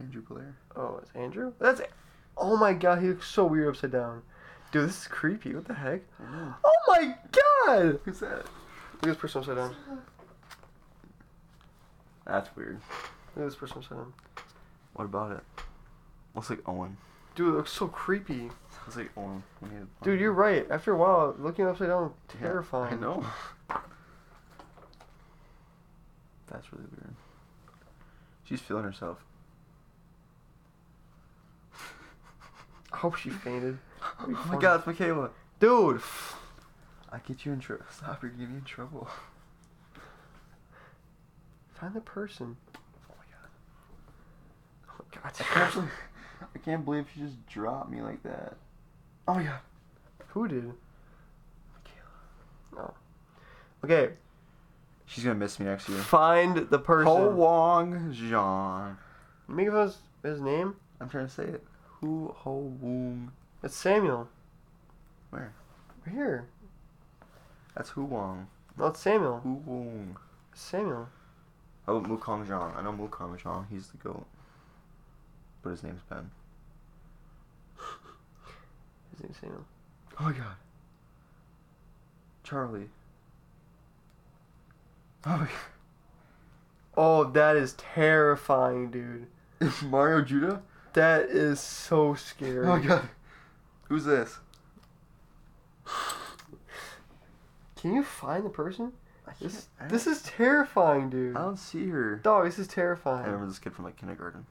A: Andrew Blair.
B: Oh, it's Andrew? That's Oh my god, he looks so weird upside down. Dude, this is creepy. What the heck?
A: I
B: [GASPS]
A: know.
B: Oh my god! Look
A: Who's that?
B: at this person upside down. Look
A: That's weird.
B: at this person upside down.
A: What about it? Looks like Owen.
B: Dude, it looks so creepy.
A: Looks like Owen. when he oh, had blonde
B: Dude, you're
A: hair.
B: right. After a while, looking upside down,
A: Yeah,
B: terrifying.
A: I know. [LAUGHS] That's really weird. She's feeling herself.
B: I hope she fainted. That'd be
A: [GASPS] Oh my
B: funny.
A: god, it's Michaela.
B: Dude! [SIGHS] f-
A: I get you in trouble. [LAUGHS] Stop, you're getting me in
B: [LAUGHS]
A: trouble.
B: Find the person.
A: Oh my
B: Oh my god.
A: god. I can't believe, I can't believe she just dropped me like that. Oh my god.
B: [LAUGHS] Who did?
A: Michaela.
B: Okay,
A: She's gonna miss me next year.
B: find the person.
A: Ho Wong Jean.
B: Make of his, his name?
A: I'm trying to say it. Who Ho Wong.
B: It's Samuel.
A: Where?
B: We're here.
A: That's Hu Wong.
B: No, it's Samuel.
A: Hu Oh, Wong.
B: Samuel.
A: How about Mukong Jean? I know Mukong Jean. He's the goat. But his name's Ben.
B: His name's Samuel.
A: Oh my god. Charlie. Oh my
B: Oh, that is terrifying, dude.
A: god. Mario Judah?
B: That is so scary.
A: Oh my god. Who's this?
B: Can you find the person?
A: I
B: This
A: can't- I
B: this
A: don't-
B: is terrifying, dude.
A: I don't see her.
B: Dog, this is
A: I
B: terrifying.
A: remember this kid from like kindergarten.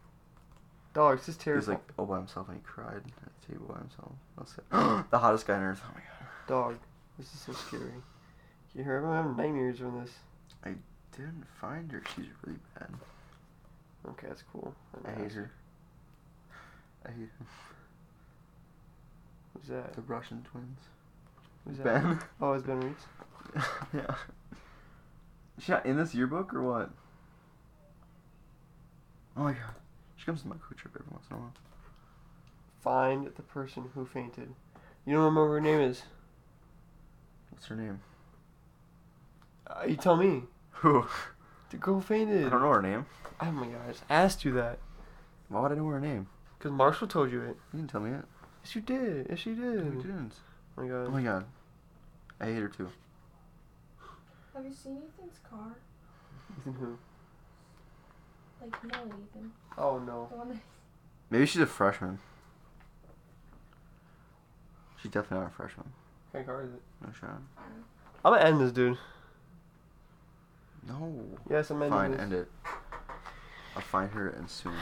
B: Dog, this is
A: He was
B: terrifying.
A: like all by himself and he cried at the table by himself. That's it. [GASPS] the hottest guy on earth. Oh my god.
B: Dog, this is so scary. You hear everyone have nightmares from this.
A: Didn't find her. She's really bad.
B: Okay, that's cool.
A: I hate her. I hate him.
B: Who's that?
A: The Russian twins.
B: Who's that?
A: Ben?
B: Oh, it's Ben Reeves.
A: yeah. [LAUGHS] Is she not in this yearbook or what? Oh my god. She comes to my crew trip every once in a while.
B: Find the person who fainted. You don't remember her name is?
A: What's her name? [LAUGHS]
B: Uh, you tell me.
A: Who?
B: The girl fainted.
A: I don't know her name.
B: Oh my god, I just asked you that.
A: Why would I know her name?
B: Because Marshall told you it.
A: You didn't tell me it.
B: Yes, you did. Yes, you
A: No,
B: did.
A: you didn't.
B: Oh my god.
A: Oh my god. I hate her too.
C: Have you seen Ethan's car?
B: Ethan who?
C: Like, no, Ethan.
B: Oh no.
C: The one that
A: Maybe she's a freshman. She's definitely not a freshman.
B: What kind of car is it?
A: No shot.
C: I don't know.
B: I'm gonna end this, dude.
A: No.
B: Yes, I'm ending
A: Fine,
B: this.
A: end it. I'll find her and soon.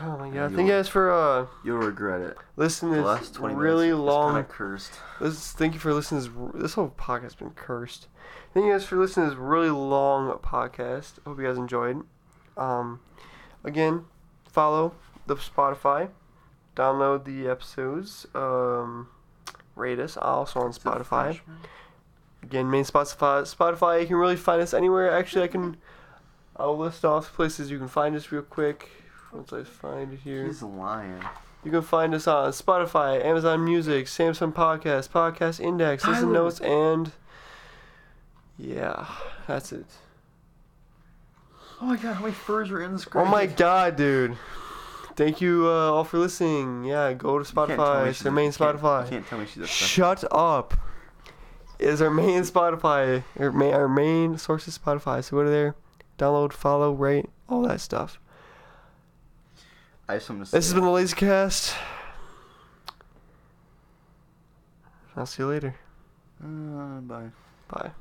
B: Oh my
A: Yeah,
B: god!
A: you
B: Thank you
A: will.
B: guys for uh
A: You'll regret it.
B: listening
A: The
B: to
A: last
B: this
A: twenty
B: really
A: minutes.
B: long.
A: Kind of cursed.
B: This, thank you for listening. To this, this whole podcast has been cursed. Thank you guys for listening to this really long podcast. Hope you guys enjoyed. Um, again, follow the Spotify, download the episodes, um, rate us also on Spotify. Again, main Spotify. Spotify. You can really find us anywhere. Actually, I can. I'll list off places you can find us real quick. Once I find it here.
A: He's lying.
B: You can find us on Spotify, Amazon Music, Samsung Podcast, Podcast Index, Listen
A: Tyler.
B: Notes, and yeah, that's it.
A: Oh my god, how many furs are in this
B: Oh my god, dude! Thank you uh, all for listening. Yeah, go to Spotify. It's our main
A: You
B: Spotify.
A: can't tell me she's obsessed.
B: Shut up. It's our main Spotify. Our main, our main source is Spotify. So go to there, download, follow, rate, all that stuff.
A: I have something to say.
B: This has been the Lazy Cast. I'll see you later.
A: Uh, bye.
B: Bye.